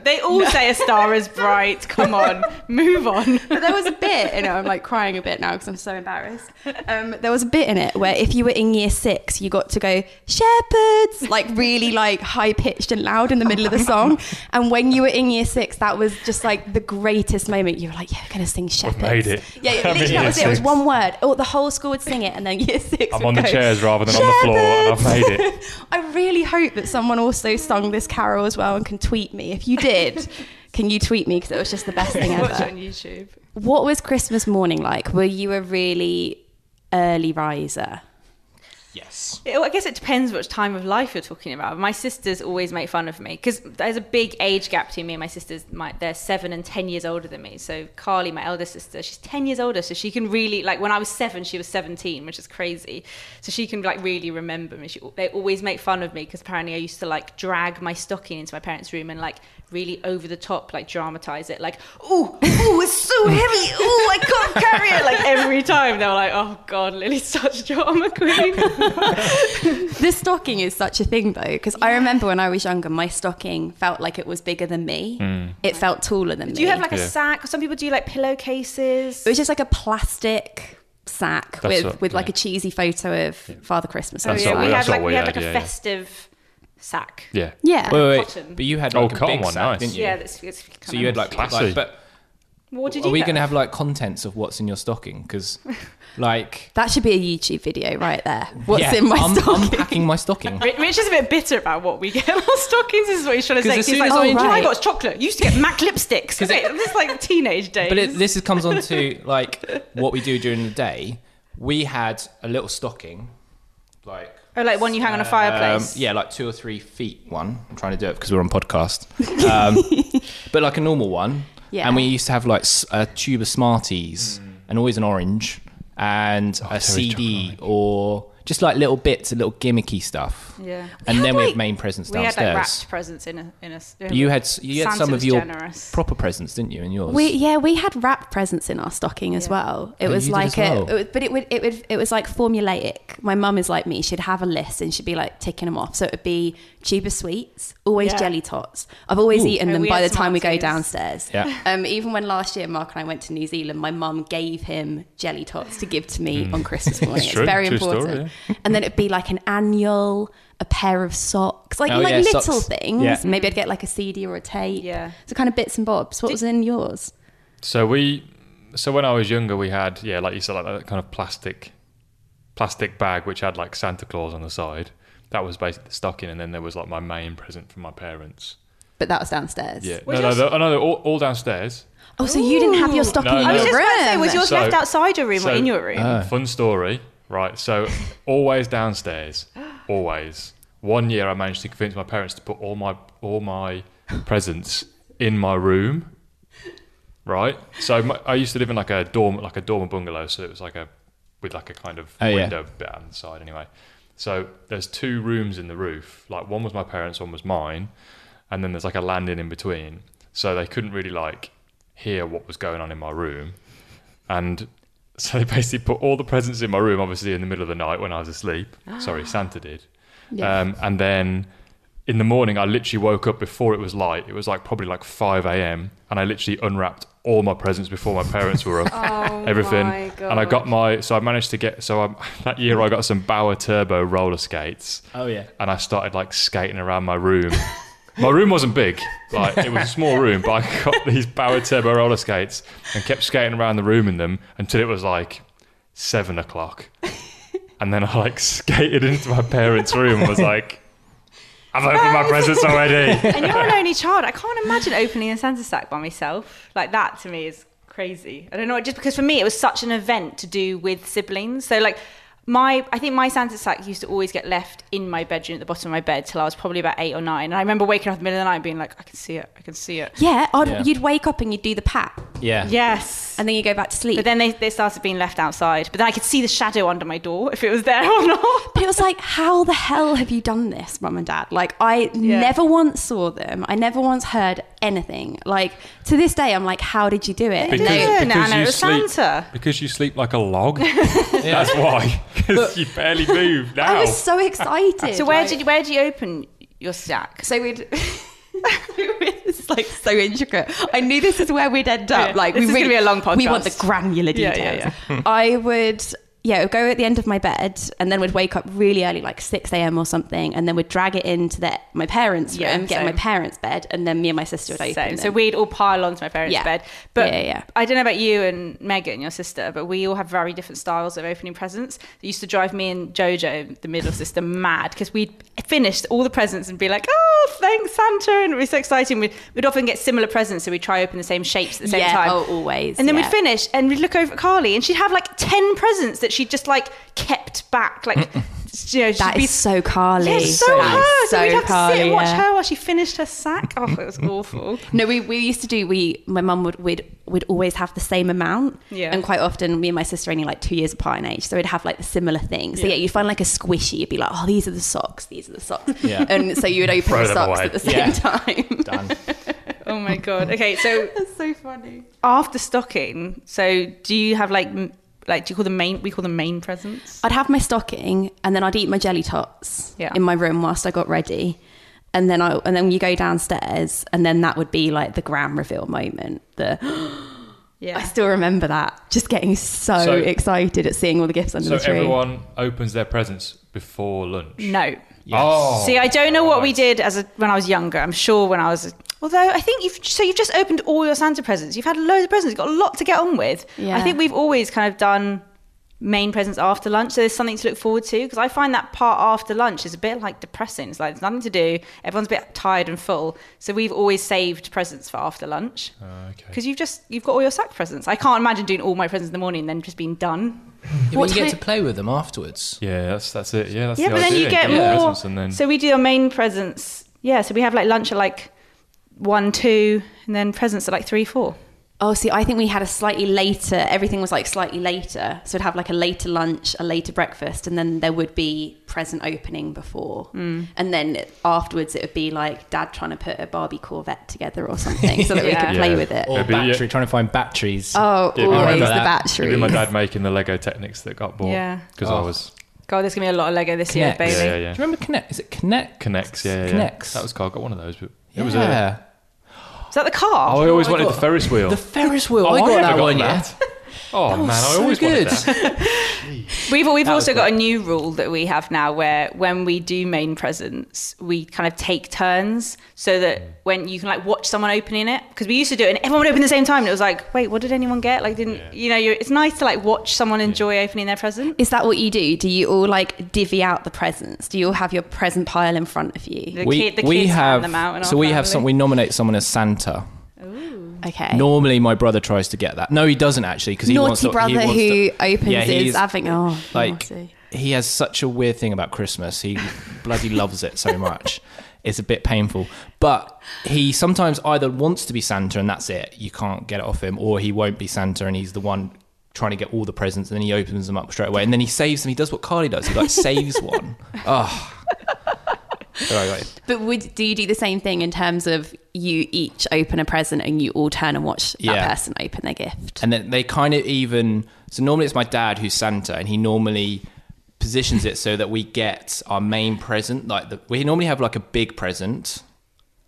Speaker 1: They all say a star
Speaker 2: [LAUGHS]
Speaker 1: is bright. Come on, move on.
Speaker 2: But there was a bit in it. I'm like crying a bit now because I'm so embarrassed. Um, there was a bit in it where if you were in year six, you got to go shepherds, like really like high pitched and loud in the middle of
Speaker 4: Oh
Speaker 2: the song. And when you were in year six, that was just like the greatest moment. You were like, yeah, we're gonna sing shepherds.
Speaker 4: made it.
Speaker 2: Yeah, yeah,
Speaker 4: I'm in
Speaker 2: literally that
Speaker 4: year
Speaker 2: was it. It was
Speaker 4: six.
Speaker 2: one word. Oh, the whole school would sing it, and then year six.
Speaker 4: I'm
Speaker 2: would
Speaker 4: on the
Speaker 2: go,
Speaker 4: chairs rather than on the floor, and I've
Speaker 2: "Shepherds!"
Speaker 4: made it.
Speaker 2: I really hope that someone also sung this carol as well and can tweet me. If you
Speaker 4: [LAUGHS]
Speaker 2: did, can you tweet me? Because it was just the best thing ever.
Speaker 1: Watch it on YouTube.
Speaker 2: What was Christmas morning like? Were you a really early riser?
Speaker 3: Yes.
Speaker 1: Yeah, well, I guess it depends which time of life you're talking about. My sisters always make fun of me because there's a big age gap between me and my sisters. My, they're seven and ten years older than me. So Carly, my elder sister, she's ten years older, so she can really like when I was seven, she was seventeen, which is crazy. So she can like really remember me. She, they always make fun of me because apparently I used to like drag my stocking into my parents' room and like really over the top, like dramatize it, like ooh, ooh, it's so heavy, ooh, I can't carry it. Like every time they were like, oh god, Lily's such a drama queen.
Speaker 2: [LAUGHS] The stocking is such a thing though, because I remember when I was younger, my stocking felt like it was bigger than me.
Speaker 4: Mm.
Speaker 2: It felt taller than me.
Speaker 1: Do you have like
Speaker 4: Yeah.
Speaker 1: a sack? Some people do like pillowcases.
Speaker 2: it was just like a plastic sack
Speaker 4: That's
Speaker 2: with,
Speaker 4: what-
Speaker 2: with like
Speaker 4: yeah.
Speaker 2: a cheesy photo of Father Christmas.
Speaker 4: That's
Speaker 2: on it.
Speaker 4: what
Speaker 1: Oh, we
Speaker 4: that's
Speaker 1: had like
Speaker 4: what
Speaker 1: we
Speaker 4: we
Speaker 1: had
Speaker 4: had,
Speaker 1: like a
Speaker 4: yeah, yeah.
Speaker 1: festive sack.
Speaker 4: Yeah.
Speaker 2: Yeah.
Speaker 3: Wait, wait,
Speaker 1: Cotton.
Speaker 3: But you had
Speaker 4: Oh,
Speaker 3: like a
Speaker 4: cotton
Speaker 3: big
Speaker 4: one,
Speaker 3: sack,
Speaker 4: nice.
Speaker 3: didn't you?
Speaker 1: Yeah, that's, that's kind
Speaker 3: So you had like,
Speaker 4: Classy.
Speaker 3: like but
Speaker 1: What did you?
Speaker 3: are we
Speaker 1: get?
Speaker 3: going to have like contents of what's in your stocking? Because, like,
Speaker 2: That should be a YouTube video right there. What's
Speaker 3: yeah,
Speaker 2: in my
Speaker 3: I'm
Speaker 2: stocking?
Speaker 3: unpacking
Speaker 1: [LAUGHS]
Speaker 3: my stocking.
Speaker 1: Ri- Rich is a bit bitter about what we get [LAUGHS] in our stockings. Is what he's trying to
Speaker 3: 'Cause
Speaker 1: say.
Speaker 3: as
Speaker 1: He's
Speaker 3: soon
Speaker 1: like,
Speaker 3: as
Speaker 1: oh,
Speaker 3: I
Speaker 1: you know, I
Speaker 2: enjoy-
Speaker 1: got chocolate. You used to get Mac lipsticks.
Speaker 3: [LAUGHS]
Speaker 1: [LAUGHS]
Speaker 3: 'Cause it-
Speaker 1: Okay, this is like teenage days.
Speaker 3: [LAUGHS] But it, this is, comes on to like what we do during the day. We had a little stocking, like
Speaker 1: oh, like one you hang on a
Speaker 3: um,
Speaker 1: fireplace.
Speaker 3: yeah, like two or three feet one. I'm trying to do it because we're on podcast, um, but like a normal one.
Speaker 2: Yeah.
Speaker 3: And we used to have like s- a tube of Smarties
Speaker 4: Mm.
Speaker 3: and always an orange and a
Speaker 4: Terry's
Speaker 3: CD
Speaker 4: chocolate.
Speaker 3: or just like little bits, little gimmicky stuff.
Speaker 1: Yeah.
Speaker 3: And
Speaker 2: We
Speaker 3: then
Speaker 2: had,
Speaker 3: we
Speaker 2: like-
Speaker 3: had main presents
Speaker 1: We had
Speaker 3: downstairs.
Speaker 1: like wrapped presents in a in a. s-
Speaker 3: you had s- you had
Speaker 1: Santa
Speaker 3: some of
Speaker 1: was
Speaker 3: your
Speaker 1: generous.
Speaker 3: proper presents, didn't you? In yours,
Speaker 2: We yeah, we had wrap presents in our stocking as
Speaker 1: Yeah.
Speaker 2: well. It
Speaker 3: Oh,
Speaker 2: was
Speaker 3: you did
Speaker 2: like
Speaker 3: as well?
Speaker 2: a, it was, but it would it would it was like formulaic. My mum is like me; she'd have a list and she'd be like ticking them off. So it would be tuba sweets, always
Speaker 1: Yeah.
Speaker 2: jelly tots. I've always
Speaker 3: Ooh.
Speaker 2: eaten
Speaker 1: Oh,
Speaker 2: them
Speaker 1: we
Speaker 2: by the
Speaker 1: had
Speaker 2: time we go
Speaker 1: Smarties.
Speaker 2: downstairs.
Speaker 3: Yeah.
Speaker 2: Um, even when last year Mark and I went to New Zealand, my mum gave him jelly tots to give to me
Speaker 3: Hmm.
Speaker 2: on
Speaker 3: [LAUGHS]
Speaker 2: Christmas morning. it's
Speaker 4: true,
Speaker 2: very
Speaker 4: true story,
Speaker 2: important. And then it'd be like an annual, a pair of socks, like
Speaker 3: Oh,
Speaker 2: like
Speaker 3: yeah,
Speaker 2: little
Speaker 3: socks.
Speaker 2: things.
Speaker 3: Yeah.
Speaker 2: Maybe I'd get like a CD or a tape.
Speaker 1: Yeah.
Speaker 2: So kind of bits and bobs. What was in yours?
Speaker 4: So we, so when I was younger, we had yeah, like you said, like that kind of plastic, plastic bag which had like Santa Claus on the side. That was basically the stocking, and then there was like my main present from my parents.
Speaker 2: But that was downstairs.
Speaker 4: Yeah,
Speaker 1: Was
Speaker 4: no, no,
Speaker 1: yours-
Speaker 4: the, oh, no, they're all, all downstairs.
Speaker 2: Oh, so you didn't have your
Speaker 1: Ooh.
Speaker 2: stocking
Speaker 4: No,
Speaker 2: in
Speaker 4: no.
Speaker 1: I was
Speaker 2: your
Speaker 1: just
Speaker 2: room?
Speaker 1: about to say, was yours
Speaker 4: So-
Speaker 1: left outside your room
Speaker 4: so-
Speaker 1: or in your room?
Speaker 4: Fun story,
Speaker 1: [LAUGHS]
Speaker 4: right? So always downstairs, always. One year I managed to convince my parents to put all my all my presents in my room. Right? So my, I used to live in like a dorm like a dormer bungalow, so it was like a with like a kind of
Speaker 3: Oh, yeah.
Speaker 4: window bit on the side anyway. So there's two rooms in the roof. Like one was my parents, one was mine, and then there's like a landing in between. So they couldn't really like hear what was going on in my room. And [LAUGHS] so they basically put all the presents in my room, obviously in the middle of the night when I was asleep.
Speaker 3: [GASPS]
Speaker 4: Sorry, Santa did.
Speaker 2: Yeah.
Speaker 4: Um, and then in the morning, I literally woke up before it was light. It was like probably like 5 a.m. And I literally unwrapped all my presents before my parents were up.
Speaker 1: [LAUGHS] Oh
Speaker 4: everything.
Speaker 1: my
Speaker 4: And I got
Speaker 1: God.
Speaker 4: my, so I managed to get, so I, [LAUGHS] that year I got some Bauer Turbo roller skates
Speaker 3: oh yeah,
Speaker 4: and I started like skating around my room. my room wasn't big, like it was a small room, but I got these Bauer Turbo roller skates and kept skating around the room in them until it was like seven o'clock. And then I like skated into my parents' room and was like, I've opened my presents
Speaker 1: [LAUGHS]
Speaker 4: already.
Speaker 1: and you're an only child. I can't imagine opening a Santa sack by myself. Like that to me is crazy. I don't know, just because for me it was such an event to do with siblings. So like my I think my Santa sack used to always get left in my bedroom at the bottom of my bed till I was probably about eight or nine. And I remember waking up in the middle of the night and being like, I can see it, I can see it.
Speaker 2: Yeah, I'd,
Speaker 3: Yeah.
Speaker 2: you'd wake up and you'd do the pat.
Speaker 3: Yeah.
Speaker 1: Yes.
Speaker 2: and then you go back to sleep.
Speaker 1: But then they, they started being left outside. But then I could see the shadow under my door if it was there or not.
Speaker 2: But it was like, how the hell have you done this, mum and dad? Like, I
Speaker 1: Yeah.
Speaker 2: never once saw them. I never once heard anything. Like, to this day, I'm like, how did you do it?
Speaker 1: Because-
Speaker 2: No,
Speaker 1: No, Nana, it was
Speaker 4: sleep,
Speaker 1: Santa.
Speaker 4: Because you sleep like
Speaker 1: [LAUGHS]
Speaker 4: a log. That's why. Because you barely move now.
Speaker 2: I
Speaker 1: [LAUGHS]
Speaker 2: was so excited.
Speaker 1: So where
Speaker 2: like-
Speaker 1: did you, where do you open your stack? [LAUGHS]
Speaker 2: So we'd. [LAUGHS] it's like so intricate. I knew this is where we'd end up.
Speaker 1: Yeah.
Speaker 2: Like
Speaker 1: This
Speaker 2: we
Speaker 1: is gonna
Speaker 2: really-
Speaker 1: be a long
Speaker 2: We want the
Speaker 1: podcast.
Speaker 2: granular
Speaker 1: Yeah,
Speaker 2: details.
Speaker 1: yeah,
Speaker 2: [LAUGHS] I would. Yeah, we'd go at the end of my bed, and then we'd wake up really early, like six a.m. or something, and then we'd drag it into the, my parents'
Speaker 1: Yeah,
Speaker 2: room, get in my
Speaker 1: same.
Speaker 2: parents' bed, and then me and my sister would open.
Speaker 1: Same. So
Speaker 2: them.
Speaker 1: we'd all pile onto my parents'
Speaker 2: Yeah.
Speaker 1: bed. But
Speaker 2: Yeah, yeah.
Speaker 1: I don't know about you and Megan, your sister, but we all have very different styles of opening presents. It used to drive me and Jojo, the middle sister, mad because we'd finish all the presents and be like, oh, thanks, Santa. And it was so exciting. We'd, we'd often get similar presents, so we'd try open the same shapes at the same
Speaker 2: yeah,
Speaker 1: time.
Speaker 2: Oh, always.
Speaker 1: And then
Speaker 2: yeah.
Speaker 1: we'd finish and we'd look over at Carly and she'd have like 10 presents that she just like kept back. Like, you know, she'd
Speaker 2: That
Speaker 1: be
Speaker 2: is so Carly.
Speaker 1: Yeah, it's so
Speaker 2: That is
Speaker 1: hard. So,
Speaker 2: so
Speaker 1: we'd have to sit and
Speaker 2: Carly,
Speaker 1: watch
Speaker 2: yeah.
Speaker 1: her while she finished her sack. Oh, it
Speaker 2: [LAUGHS]
Speaker 1: was awful.
Speaker 2: No, we, we used to do. We my mum would would would always have the same amount,
Speaker 1: Yeah.
Speaker 2: and quite often me and my sister are only like two years apart in age, so we'd have like the similar things. So yeah, you'd find like a squishy, you'd be like, oh, these are the socks, these are the socks,
Speaker 4: [LAUGHS]
Speaker 3: Yeah.
Speaker 2: and so you would open
Speaker 4: Throw
Speaker 2: the
Speaker 4: them
Speaker 2: socks
Speaker 4: away.
Speaker 2: at the same
Speaker 3: Yeah.
Speaker 2: time. [LAUGHS]
Speaker 3: Done.
Speaker 1: Oh my god. Okay, so
Speaker 2: That's so funny.
Speaker 1: after stocking, so do you have like m- like do you call them main? We call them main presents.
Speaker 2: I'd have my stocking, and then I'd eat my jelly tots
Speaker 1: Yeah.
Speaker 2: in my room whilst I got ready. And then I and then you go downstairs, and then that would be like the grand reveal moment. The [GASPS]
Speaker 1: Yeah.
Speaker 2: I still remember that, just getting so,
Speaker 4: So-
Speaker 2: excited at seeing all the gifts under
Speaker 4: So
Speaker 2: the tree.
Speaker 4: everyone opens their presents before lunch.
Speaker 1: no.
Speaker 4: Oh.
Speaker 1: See, I don't know what we
Speaker 4: Right.
Speaker 1: did as a, when I was younger. I'm sure when I was. Although I think you've so you've just opened all your Santa presents. You've had loads of presents. You've got a lot to get on with.
Speaker 2: Yeah.
Speaker 1: I think we've always kind of done main presents after lunch. So there's something to look forward to because I find that part after lunch is a bit like depressing. It's like there's nothing to do. Everyone's a bit tired and full. So we've always saved presents for after lunch.
Speaker 4: Ah, okay.
Speaker 1: Because you've just you've got all your sack presents. I can't imagine doing all my presents in the morning and then just being done.
Speaker 3: Yeah,
Speaker 2: What
Speaker 3: but you get
Speaker 2: time-
Speaker 3: to play with them afterwards.
Speaker 4: Yeah, that's that's it. Yeah, that's
Speaker 1: yeah,
Speaker 4: the
Speaker 1: but
Speaker 4: idea.
Speaker 1: then you get
Speaker 4: your
Speaker 1: more.
Speaker 4: presents and then
Speaker 1: So we do our main presents. Yeah, so we have like lunch at like one, two, and then presents at like three, four.
Speaker 2: Oh, see, I think we had a slightly later. Everything was like slightly later, so we'd have like a later lunch, a later breakfast, and then there would be present opening before, and then afterwards it would be like dad trying to put a Barbie Corvette together or something, so that we
Speaker 1: Yeah.
Speaker 2: could play
Speaker 4: Yeah.
Speaker 2: with it.
Speaker 3: Or
Speaker 4: Maybe, yeah.
Speaker 3: battery, trying to find batteries.
Speaker 2: Oh,
Speaker 4: Yeah, we
Speaker 2: always
Speaker 4: remember
Speaker 2: the
Speaker 3: that.
Speaker 4: it'd be
Speaker 2: battery.
Speaker 4: my dad making the Lego Technics that got bought.
Speaker 1: Yeah.
Speaker 4: Because I
Speaker 3: Oh.
Speaker 4: was
Speaker 1: God, there's gonna be a lot of Lego this
Speaker 3: Connect.
Speaker 1: year, Bailey.
Speaker 4: Yeah, yeah.
Speaker 3: Do you remember Connect? Is it Connect?
Speaker 4: Connects. Yeah, yeah, yeah.
Speaker 3: Connects.
Speaker 4: That was cool. I got one of those, but
Speaker 3: Yeah.
Speaker 4: it was a.
Speaker 1: Is that the car?
Speaker 4: Oh, I always
Speaker 3: I
Speaker 4: wanted
Speaker 3: got-
Speaker 4: the Ferris wheel.
Speaker 3: The Ferris wheel. I,
Speaker 4: Oh, I
Speaker 3: got
Speaker 4: never
Speaker 3: that one.
Speaker 4: that. Oh
Speaker 3: Yeah.
Speaker 4: man, I always wanted that.
Speaker 1: We've we've
Speaker 3: was
Speaker 1: also got
Speaker 3: great.
Speaker 1: a new rule that we have now where when we do main presents, we kind of take turns so that
Speaker 4: Mm.
Speaker 1: when you can like watch someone opening it because we used to do it and everyone would open at the same time and it was like, wait, what did anyone get? Like, didn't
Speaker 4: Yeah.
Speaker 1: you know? You're, it's nice to like watch someone enjoy opening their present.
Speaker 2: Is that what you do? Do you all like divvy out the presents? Do you all have your present pile in front of you?
Speaker 1: The kid, the kids hand them out. in our
Speaker 3: so we have
Speaker 1: family.
Speaker 3: some. We nominate someone as Santa.
Speaker 2: Okay.
Speaker 3: Normally, my brother tries to get that. No, he doesn't actually because he wants
Speaker 2: Naughty
Speaker 3: to, he
Speaker 2: brother
Speaker 3: wants
Speaker 2: who
Speaker 3: to-
Speaker 2: opens
Speaker 3: Yeah,
Speaker 2: his
Speaker 3: he's-
Speaker 2: having oh
Speaker 3: like
Speaker 2: naughty.
Speaker 3: he has such a weird thing about Christmas. He bloody loves it so much. It's a bit painful, but he sometimes either wants to be Santa and that's it. You can't get it off him, or he won't be Santa and he's the one trying to get all the presents and then he opens them up straight away and then he saves them. He does what Carly does. He like saves one. Oh. All right, guys.
Speaker 2: But would do you do the same thing in terms of you each open a present and you all turn and watch that
Speaker 3: Yeah.
Speaker 2: person open their gift?
Speaker 3: And then they kind of even so normally it's my dad who's Santa and he normally positions it so that we get our main present like the, we normally have like a big present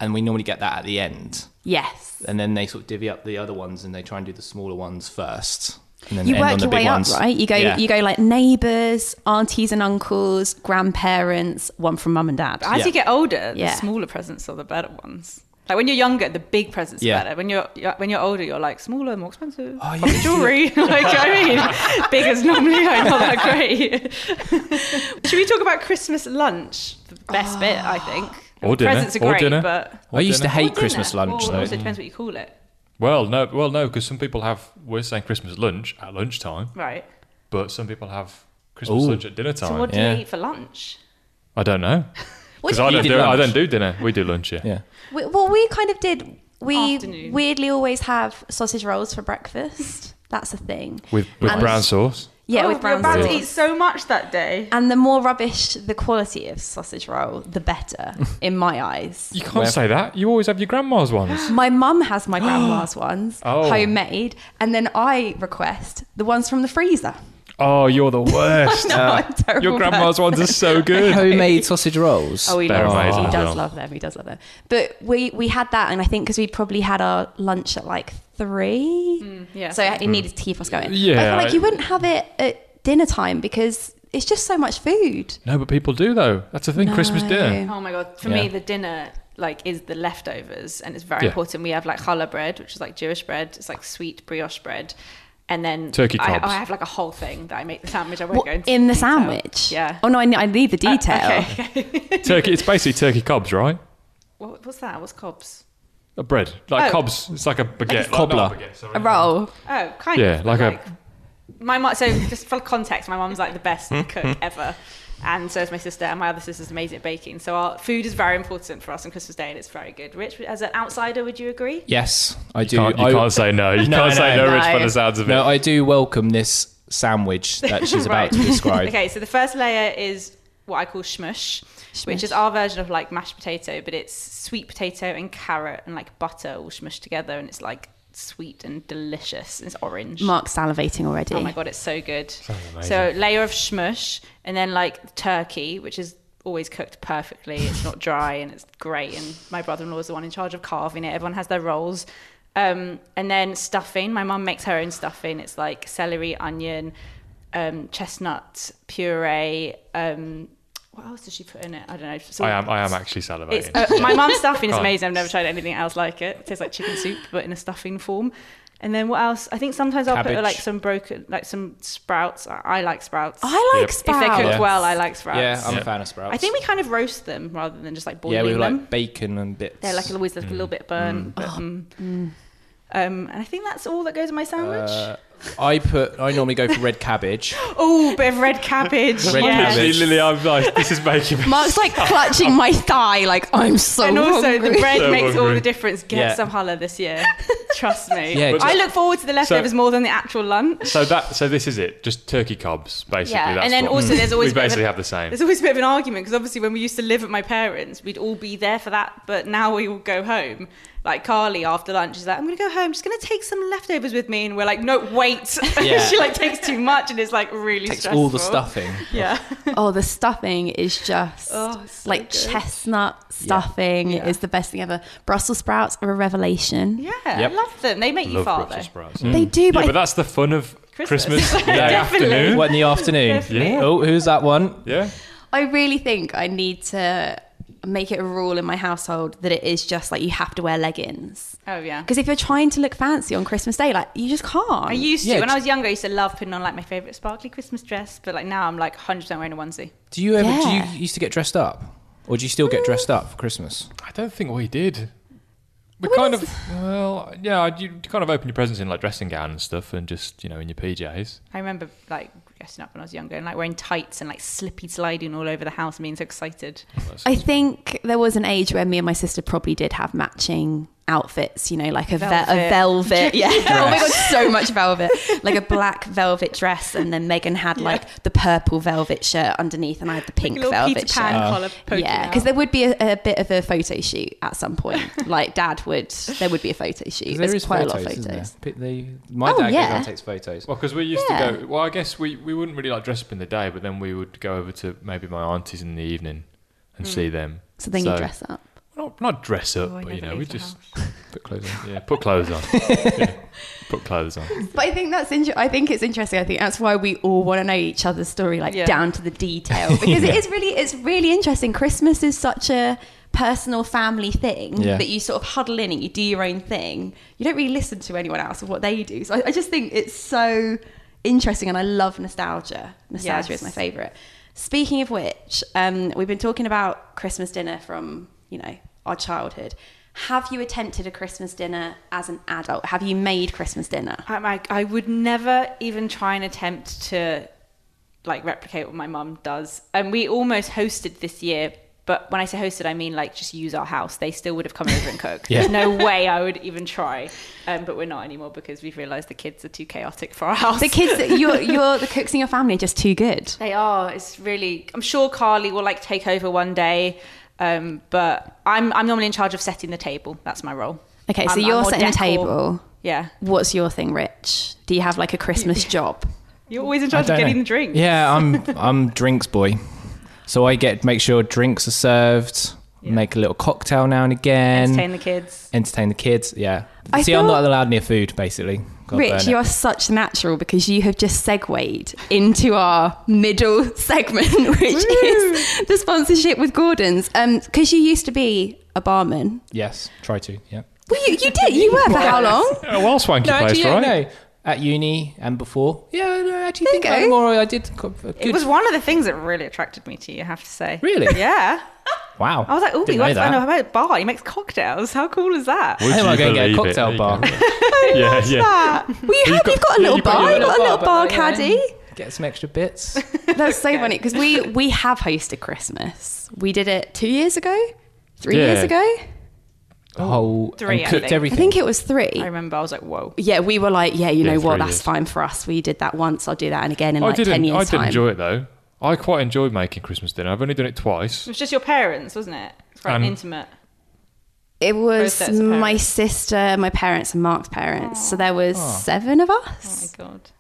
Speaker 3: and we normally get that at the end
Speaker 2: Yes.
Speaker 3: and then they sort of divvy up the other ones and they try and do the smaller ones first and then
Speaker 2: You
Speaker 3: end on
Speaker 2: work
Speaker 3: the
Speaker 2: your
Speaker 3: big
Speaker 2: way
Speaker 3: ones.
Speaker 2: up, right? You go
Speaker 3: Yeah.
Speaker 2: you go like neighbours, aunties and uncles, grandparents, one from mum and dad.
Speaker 1: As you
Speaker 3: Yeah.
Speaker 1: get older, the
Speaker 2: Yeah.
Speaker 1: smaller presents are the better ones. Like when you're younger, the big presents
Speaker 3: Yeah.
Speaker 1: are better. When you're you're- when you're older, you're like smaller, more expensive.
Speaker 3: Oh, yeah.
Speaker 1: Pop the jewelry. [LAUGHS] like do you know what I
Speaker 3: [LAUGHS]
Speaker 1: mean, big is normally like, not that great. [LAUGHS] Should we talk about Christmas lunch? The best bit, I
Speaker 3: Ah.
Speaker 1: think.
Speaker 4: Or dinner.
Speaker 1: Presents are
Speaker 4: Or
Speaker 1: great,
Speaker 4: dinner. Mm.
Speaker 1: but
Speaker 3: I used to
Speaker 4: Or
Speaker 3: hate Christmas
Speaker 1: Dinner.
Speaker 3: lunch
Speaker 1: Well,
Speaker 3: though.
Speaker 1: Also depends what you call it,
Speaker 4: Well, no, well, no, because some people have we're saying Christmas lunch at lunchtime,
Speaker 1: right?
Speaker 4: but some people have Christmas
Speaker 3: Ooh.
Speaker 4: lunch at dinner time.
Speaker 1: So what do
Speaker 3: yeah.
Speaker 1: you eat for lunch?
Speaker 4: I don't know
Speaker 2: What
Speaker 1: [LAUGHS]
Speaker 4: because
Speaker 2: do
Speaker 4: I
Speaker 3: you
Speaker 4: don't
Speaker 3: did
Speaker 4: do I
Speaker 3: lunch?
Speaker 4: don't do dinner. We do lunch, yeah.
Speaker 3: yeah.
Speaker 2: We, well, we kind of did We
Speaker 1: Afternoon.
Speaker 2: weirdly always have sausage rolls for breakfast. That's a thing.
Speaker 4: with with
Speaker 2: And-
Speaker 4: brown sauce.
Speaker 2: Yeah,
Speaker 1: Oh,
Speaker 2: with brown
Speaker 1: You're about to
Speaker 2: sauce.
Speaker 1: eat so much that day.
Speaker 2: And the more rubbish the quality of sausage roll, the better,
Speaker 3: [LAUGHS]
Speaker 2: in my eyes.
Speaker 4: You can't
Speaker 3: Where-
Speaker 4: say that. You always have your grandma's ones.
Speaker 2: My mum has my grandma's
Speaker 4: [GASPS]
Speaker 2: ones,
Speaker 4: Oh.
Speaker 2: homemade, and then I request the ones from the freezer. [LAUGHS]
Speaker 4: Oh, you're
Speaker 1: [LAUGHS]
Speaker 4: the worst.
Speaker 2: No, I'm terrible.
Speaker 4: Ah. your grandma's ones are so good.
Speaker 3: Homemade sausage rolls.
Speaker 2: Oh, he
Speaker 4: They're
Speaker 2: loves
Speaker 4: amazing
Speaker 2: them. He
Speaker 4: as
Speaker 2: does
Speaker 4: well.
Speaker 2: love them. He does love them. But we we had that, and I think because we probably had our lunch at like three,
Speaker 1: yeah.
Speaker 2: so it needed to keep us going.
Speaker 4: Yeah,
Speaker 2: But I feel like
Speaker 4: I-
Speaker 2: you wouldn't have it at dinner time because it's just so much food.
Speaker 4: No, but people do though. That's the thing. Christmas dinner.
Speaker 1: [LAUGHS]
Speaker 2: No.
Speaker 1: Oh my god! For
Speaker 3: Yeah.
Speaker 1: me, the dinner like is the leftovers, and it's very
Speaker 4: Yeah.
Speaker 1: important. We have like challah bread, which is like Jewish bread. It's like sweet brioche bread, and then
Speaker 4: Turkey
Speaker 1: I,
Speaker 4: cobs.
Speaker 1: I have like a whole thing that I make the sandwich. I won't
Speaker 2: Well,
Speaker 1: go into
Speaker 2: in the
Speaker 1: detail.
Speaker 2: sandwich.
Speaker 1: Yeah. Uh,
Speaker 2: Oh no, I need, I need the detail.
Speaker 1: Okay. [LAUGHS]
Speaker 4: turkey. It's basically turkey cobs, right?
Speaker 1: What, what's that? What's cobs?
Speaker 4: A bread like
Speaker 1: Oh.
Speaker 4: cobs. It's like a baguette.
Speaker 3: cobbler.
Speaker 4: not baguette, sorry.
Speaker 2: A roll.
Speaker 1: Oh, kind
Speaker 4: Yeah,
Speaker 1: of.
Speaker 4: like
Speaker 1: but,
Speaker 4: a-
Speaker 1: My mum. So just for context, my mum's like the best
Speaker 4: Hmm?
Speaker 1: cook ever, and so is my sister, and my other sister's amazing at baking. So our food is very important for us on Christmas Day, and it's very good. Rich, as an outsider, would you agree?
Speaker 3: Yes, I do.
Speaker 4: You can't, you
Speaker 3: I-
Speaker 4: can't say no. You
Speaker 3: No,
Speaker 4: can't say
Speaker 3: no,
Speaker 4: no,
Speaker 2: no.
Speaker 4: Rich, by the sounds of it.
Speaker 3: No, I do welcome this
Speaker 1: [LAUGHS]
Speaker 3: sandwich that she's about to
Speaker 1: Right. [LAUGHS]
Speaker 3: describe.
Speaker 1: Okay, so the first layer is what I call shmush, which is our version of like mashed potato, but it's sweet potato and carrot and like butter all smushed together, and it's like sweet and delicious. It's orange.
Speaker 2: Mark's salivating already.
Speaker 1: Oh my god, it's so good. So layer of shmush, and then like turkey, which is always cooked perfectly. It's not dry and it's great. And my brother-in-law is the one in charge of carving it. Everyone has their roles. Um, and then stuffing. My mum makes her own stuffing. It's like celery, onion, um, chestnut puree. Um, what else does she put in it? I don't know. It's all-
Speaker 4: I am. I am actually
Speaker 1: it's,
Speaker 4: salivating. [LAUGHS]
Speaker 1: uh, my mum's stuffing is
Speaker 4: Go on.
Speaker 1: amazing. I've never tried anything else like it. It tastes like chicken soup, but in a stuffing form. And then what else? I think sometimes I'll put
Speaker 3: Cabbage.
Speaker 1: like some broken, like some sprouts. I, I like sprouts.
Speaker 2: I like
Speaker 4: Yep. If
Speaker 1: if
Speaker 2: sprouts.
Speaker 1: they're cooked
Speaker 3: Yeah.
Speaker 1: well, I like sprouts.
Speaker 3: Yeah, I'm
Speaker 4: Yeah.
Speaker 3: a fan of sprouts.
Speaker 1: I think we kind of roast them rather than just like boiling
Speaker 3: yeah, we were
Speaker 1: them.
Speaker 3: like Mm. bacon and bits.
Speaker 1: They're like always like a little bit burnt. But, um,
Speaker 2: Oh. Mm.
Speaker 1: um, and I think that's all that goes in my sandwich.
Speaker 3: Uh, I put. I normally go for red cabbage.
Speaker 1: [LAUGHS] oh, bit of red cabbage.
Speaker 3: Red
Speaker 1: yes.
Speaker 3: cabbage.
Speaker 4: Lily, Lily, I'm like, this is making me. [LAUGHS]
Speaker 2: Mark's like clutching my thigh, like I'm so
Speaker 1: And also,
Speaker 2: [LAUGHS] hungry.
Speaker 1: the bread
Speaker 4: So
Speaker 1: makes all
Speaker 4: hungry.
Speaker 1: the difference. Get
Speaker 3: Yeah.
Speaker 1: some challah this year.
Speaker 3: [LAUGHS]
Speaker 1: Trust me.
Speaker 3: Yeah,
Speaker 1: I
Speaker 3: just-
Speaker 1: look forward to the leftovers more than the actual lunch.
Speaker 4: So that. So this is it. Just turkey cobs, basically.
Speaker 1: Yeah,
Speaker 4: That's
Speaker 1: and then
Speaker 4: what-
Speaker 1: also there's always a
Speaker 4: [LAUGHS] we
Speaker 1: bit of a-
Speaker 4: basically have the same.
Speaker 1: There's always a bit of an argument because obviously when we used to live at my parents, we'd all be there for that, but now we all go home. Like Carly after lunch is like, I'm gonna go home, she's gonna take some leftovers with me, and we're like, no, wait. [LAUGHS]
Speaker 3: Yeah.
Speaker 1: she like takes too much and it's like really
Speaker 3: Takes
Speaker 1: stressful.
Speaker 3: all the stuffing.
Speaker 1: Yeah.
Speaker 2: oh, the stuffing is just
Speaker 1: Oh, it's so
Speaker 2: like
Speaker 1: good.
Speaker 2: chestnut stuffing
Speaker 1: Yeah.
Speaker 2: is the best thing ever. Brussels sprouts are a
Speaker 1: [LAUGHS]
Speaker 2: revelation.
Speaker 1: Yeah,
Speaker 3: Yep.
Speaker 1: I love them. They make you
Speaker 4: Love
Speaker 1: fart
Speaker 4: Brussels
Speaker 1: though.
Speaker 4: sprouts.
Speaker 2: They do,
Speaker 4: Hmm. Yeah,
Speaker 2: but,
Speaker 4: but that's the fun of
Speaker 1: Christmas.
Speaker 4: Christmas
Speaker 1: [LAUGHS]
Speaker 4: day
Speaker 1: Definitely.
Speaker 4: afternoon.
Speaker 3: What in
Speaker 1: [LAUGHS]
Speaker 3: the afternoon?
Speaker 4: Yeah.
Speaker 3: Oh, who's that one?
Speaker 4: Yeah.
Speaker 2: I really think I need to make it a rule in my household that it is just like you have to wear leggings.
Speaker 1: Oh yeah.
Speaker 2: Because if you're trying to look fancy on Christmas Day, like you just can't.
Speaker 1: I used to
Speaker 3: Yeah,
Speaker 1: when I
Speaker 3: j-
Speaker 1: was younger I used to love putting on like my favourite sparkly Christmas dress, but like now I'm like hundred percent wearing a onesie.
Speaker 3: Do you ever?
Speaker 2: Yeah.
Speaker 3: Do you used to get dressed up, or do you still get dressed up for Christmas?
Speaker 4: I don't think we did. We
Speaker 2: What
Speaker 4: kind
Speaker 2: is-
Speaker 4: of, well, yeah, you kind of open your presents in like dressing gown and stuff and just, you know, in your PJs.
Speaker 1: I remember like dressing up when I was younger and like wearing tights and like slippy sliding all over the house and being so excited.
Speaker 2: I think there was an age where me and my sister probably did have matching outfits, you know, like a velvet. a
Speaker 1: Velvet. [LAUGHS]
Speaker 2: velvet yeah. oh my God, so much velvet. Like a black velvet dress. And then Megan had like the purple velvet shirt underneath, and I had the pink
Speaker 1: little
Speaker 2: velvet
Speaker 1: Peter
Speaker 2: shirt.
Speaker 1: Pan collar poking
Speaker 2: Uh, yeah,
Speaker 1: out.
Speaker 2: because there would be a, a bit of a photo shoot at some
Speaker 1: [LAUGHS]
Speaker 2: point. like dad would, there would be a photo shoot. There's quite a lot of
Speaker 3: isn't there?
Speaker 2: photos.
Speaker 3: Pe- they- my
Speaker 2: Oh,
Speaker 3: dad goes
Speaker 2: yeah.
Speaker 3: around and takes photos.
Speaker 4: Well, because we used
Speaker 2: Yeah.
Speaker 4: to go, well, I guess we, we wouldn't really like dress up in the day, but then we would go over to maybe my auntie's in the evening and see them.
Speaker 2: So then you dress up.
Speaker 4: Not, not dress up,
Speaker 1: Oh, I
Speaker 4: but you
Speaker 1: never
Speaker 4: know,
Speaker 1: leave the
Speaker 4: we just
Speaker 3: Put clothes on.
Speaker 4: yeah, put clothes on. Yeah, Put clothes on.
Speaker 2: But I think that's inter- I think it's interesting. I think that's why we all want to know each other's story, like
Speaker 1: Yeah.
Speaker 2: down to
Speaker 1: [LAUGHS]
Speaker 2: the detail, because it is really it's really interesting. Christmas is such a personal family thing
Speaker 3: Yeah.
Speaker 2: that you sort of huddle in and you do your own thing. You don't really listen to anyone else or what they do. So I, I just think it's so interesting, and I love nostalgia. Nostalgia
Speaker 1: Yes.
Speaker 2: is my favorite. Speaking of which, um, we've been talking about Christmas dinner from you know our childhood. Have you attempted a Christmas dinner as an adult? Have you made Christmas dinner?
Speaker 1: I, I, I would never even try and attempt to like replicate what my mum does. And we almost hosted this year But when I say hosted, I mean like just use our house. They still would have come over and
Speaker 2: [LAUGHS]
Speaker 1: cooked.
Speaker 3: Yeah.
Speaker 1: There's no way I would even try. Um, but we're not anymore because we've realised the kids are too chaotic for our house.
Speaker 2: [LAUGHS] The kids, that you're, you're the cooks in your family are just too good.
Speaker 1: They are. It's really. I'm sure Carly will like take over one day, um, but I'm I'm normally in charge of setting the table. That's my role.
Speaker 2: Okay, so
Speaker 1: I'm- I'm
Speaker 2: you're
Speaker 1: more
Speaker 2: setting the
Speaker 1: decor.
Speaker 2: table.
Speaker 1: Yeah,
Speaker 2: What's your thing, Rich? Do you have like a Christmas [LAUGHS] job?
Speaker 1: you're always in
Speaker 3: I
Speaker 1: charge of
Speaker 3: don't
Speaker 1: getting
Speaker 3: know.
Speaker 1: the drinks.
Speaker 3: Yeah, I'm I'm drinks boy. So I get make sure drinks are served, make a little cocktail now and again,
Speaker 1: entertain the kids.
Speaker 3: entertain the kids. Yeah.
Speaker 2: I
Speaker 3: See, I'm
Speaker 2: thought-
Speaker 3: not allowed near food, basically. God burn
Speaker 2: Rich,
Speaker 3: it.
Speaker 2: you are such natural because you have just segued into our middle [LAUGHS] segment, which is the sponsorship with Gordon's. Um, because you used to be a barman.
Speaker 3: Yes, try to. Yeah.
Speaker 2: Well, you, you did. You were for how long?
Speaker 4: A well swanky place,
Speaker 3: yeah,
Speaker 4: right?
Speaker 3: no. At uni and before. Yeah, no, I actually
Speaker 2: There
Speaker 3: think
Speaker 2: you
Speaker 3: I'm
Speaker 2: go.
Speaker 3: all right. I did. co- a Good.
Speaker 1: It was one of the things that really attracted me to you. I have to say.
Speaker 3: Really?
Speaker 1: [LAUGHS] Yeah.
Speaker 3: wow.
Speaker 1: I was like, oh,
Speaker 3: Didn't
Speaker 1: he
Speaker 3: know
Speaker 1: works
Speaker 3: that.
Speaker 1: at a bar. He makes cocktails. How cool is that?
Speaker 4: Would
Speaker 3: I think
Speaker 4: you
Speaker 3: I'll go and get a
Speaker 4: believe it?
Speaker 3: cocktail
Speaker 4: There you
Speaker 3: bar.
Speaker 4: go. yeah, yeah.
Speaker 2: Well, you
Speaker 4: You've
Speaker 2: have.
Speaker 4: got-
Speaker 2: You've got a
Speaker 4: yeah,
Speaker 2: little
Speaker 4: you've got
Speaker 2: bar.
Speaker 4: your
Speaker 2: You've got a little bar
Speaker 3: but, you know,
Speaker 2: caddy.
Speaker 3: [LAUGHS]
Speaker 2: [LAUGHS]
Speaker 3: Get some extra bits.
Speaker 2: That's so funny because we we have hosted Christmas. We did it two years ago, three
Speaker 4: Yeah.
Speaker 2: years ago.
Speaker 3: The whole
Speaker 1: Three,
Speaker 3: and
Speaker 1: I
Speaker 3: cooked
Speaker 1: think.
Speaker 2: I
Speaker 3: everything.
Speaker 2: think it was three.
Speaker 1: [LAUGHS] I remember. I was like, whoa.
Speaker 2: yeah, we were like, yeah, you
Speaker 4: Yeah,
Speaker 2: know what?
Speaker 4: three
Speaker 2: That's
Speaker 4: years.
Speaker 2: fine for us. We did that once. I'll do that and again in
Speaker 4: I
Speaker 2: like
Speaker 4: did.
Speaker 2: ten years
Speaker 4: I did
Speaker 2: time.
Speaker 4: enjoy it though. I quite enjoyed making Christmas dinner. I've only done it twice.
Speaker 1: It was just your parents, wasn't it? It's quite
Speaker 4: Um,
Speaker 1: intimate.
Speaker 2: It
Speaker 1: Both
Speaker 2: was
Speaker 1: sets of
Speaker 2: my
Speaker 1: parents.
Speaker 2: sister, my parents, and Mark's parents. So there was
Speaker 4: Ah.
Speaker 2: seven of
Speaker 1: Oh my
Speaker 2: us.
Speaker 1: god.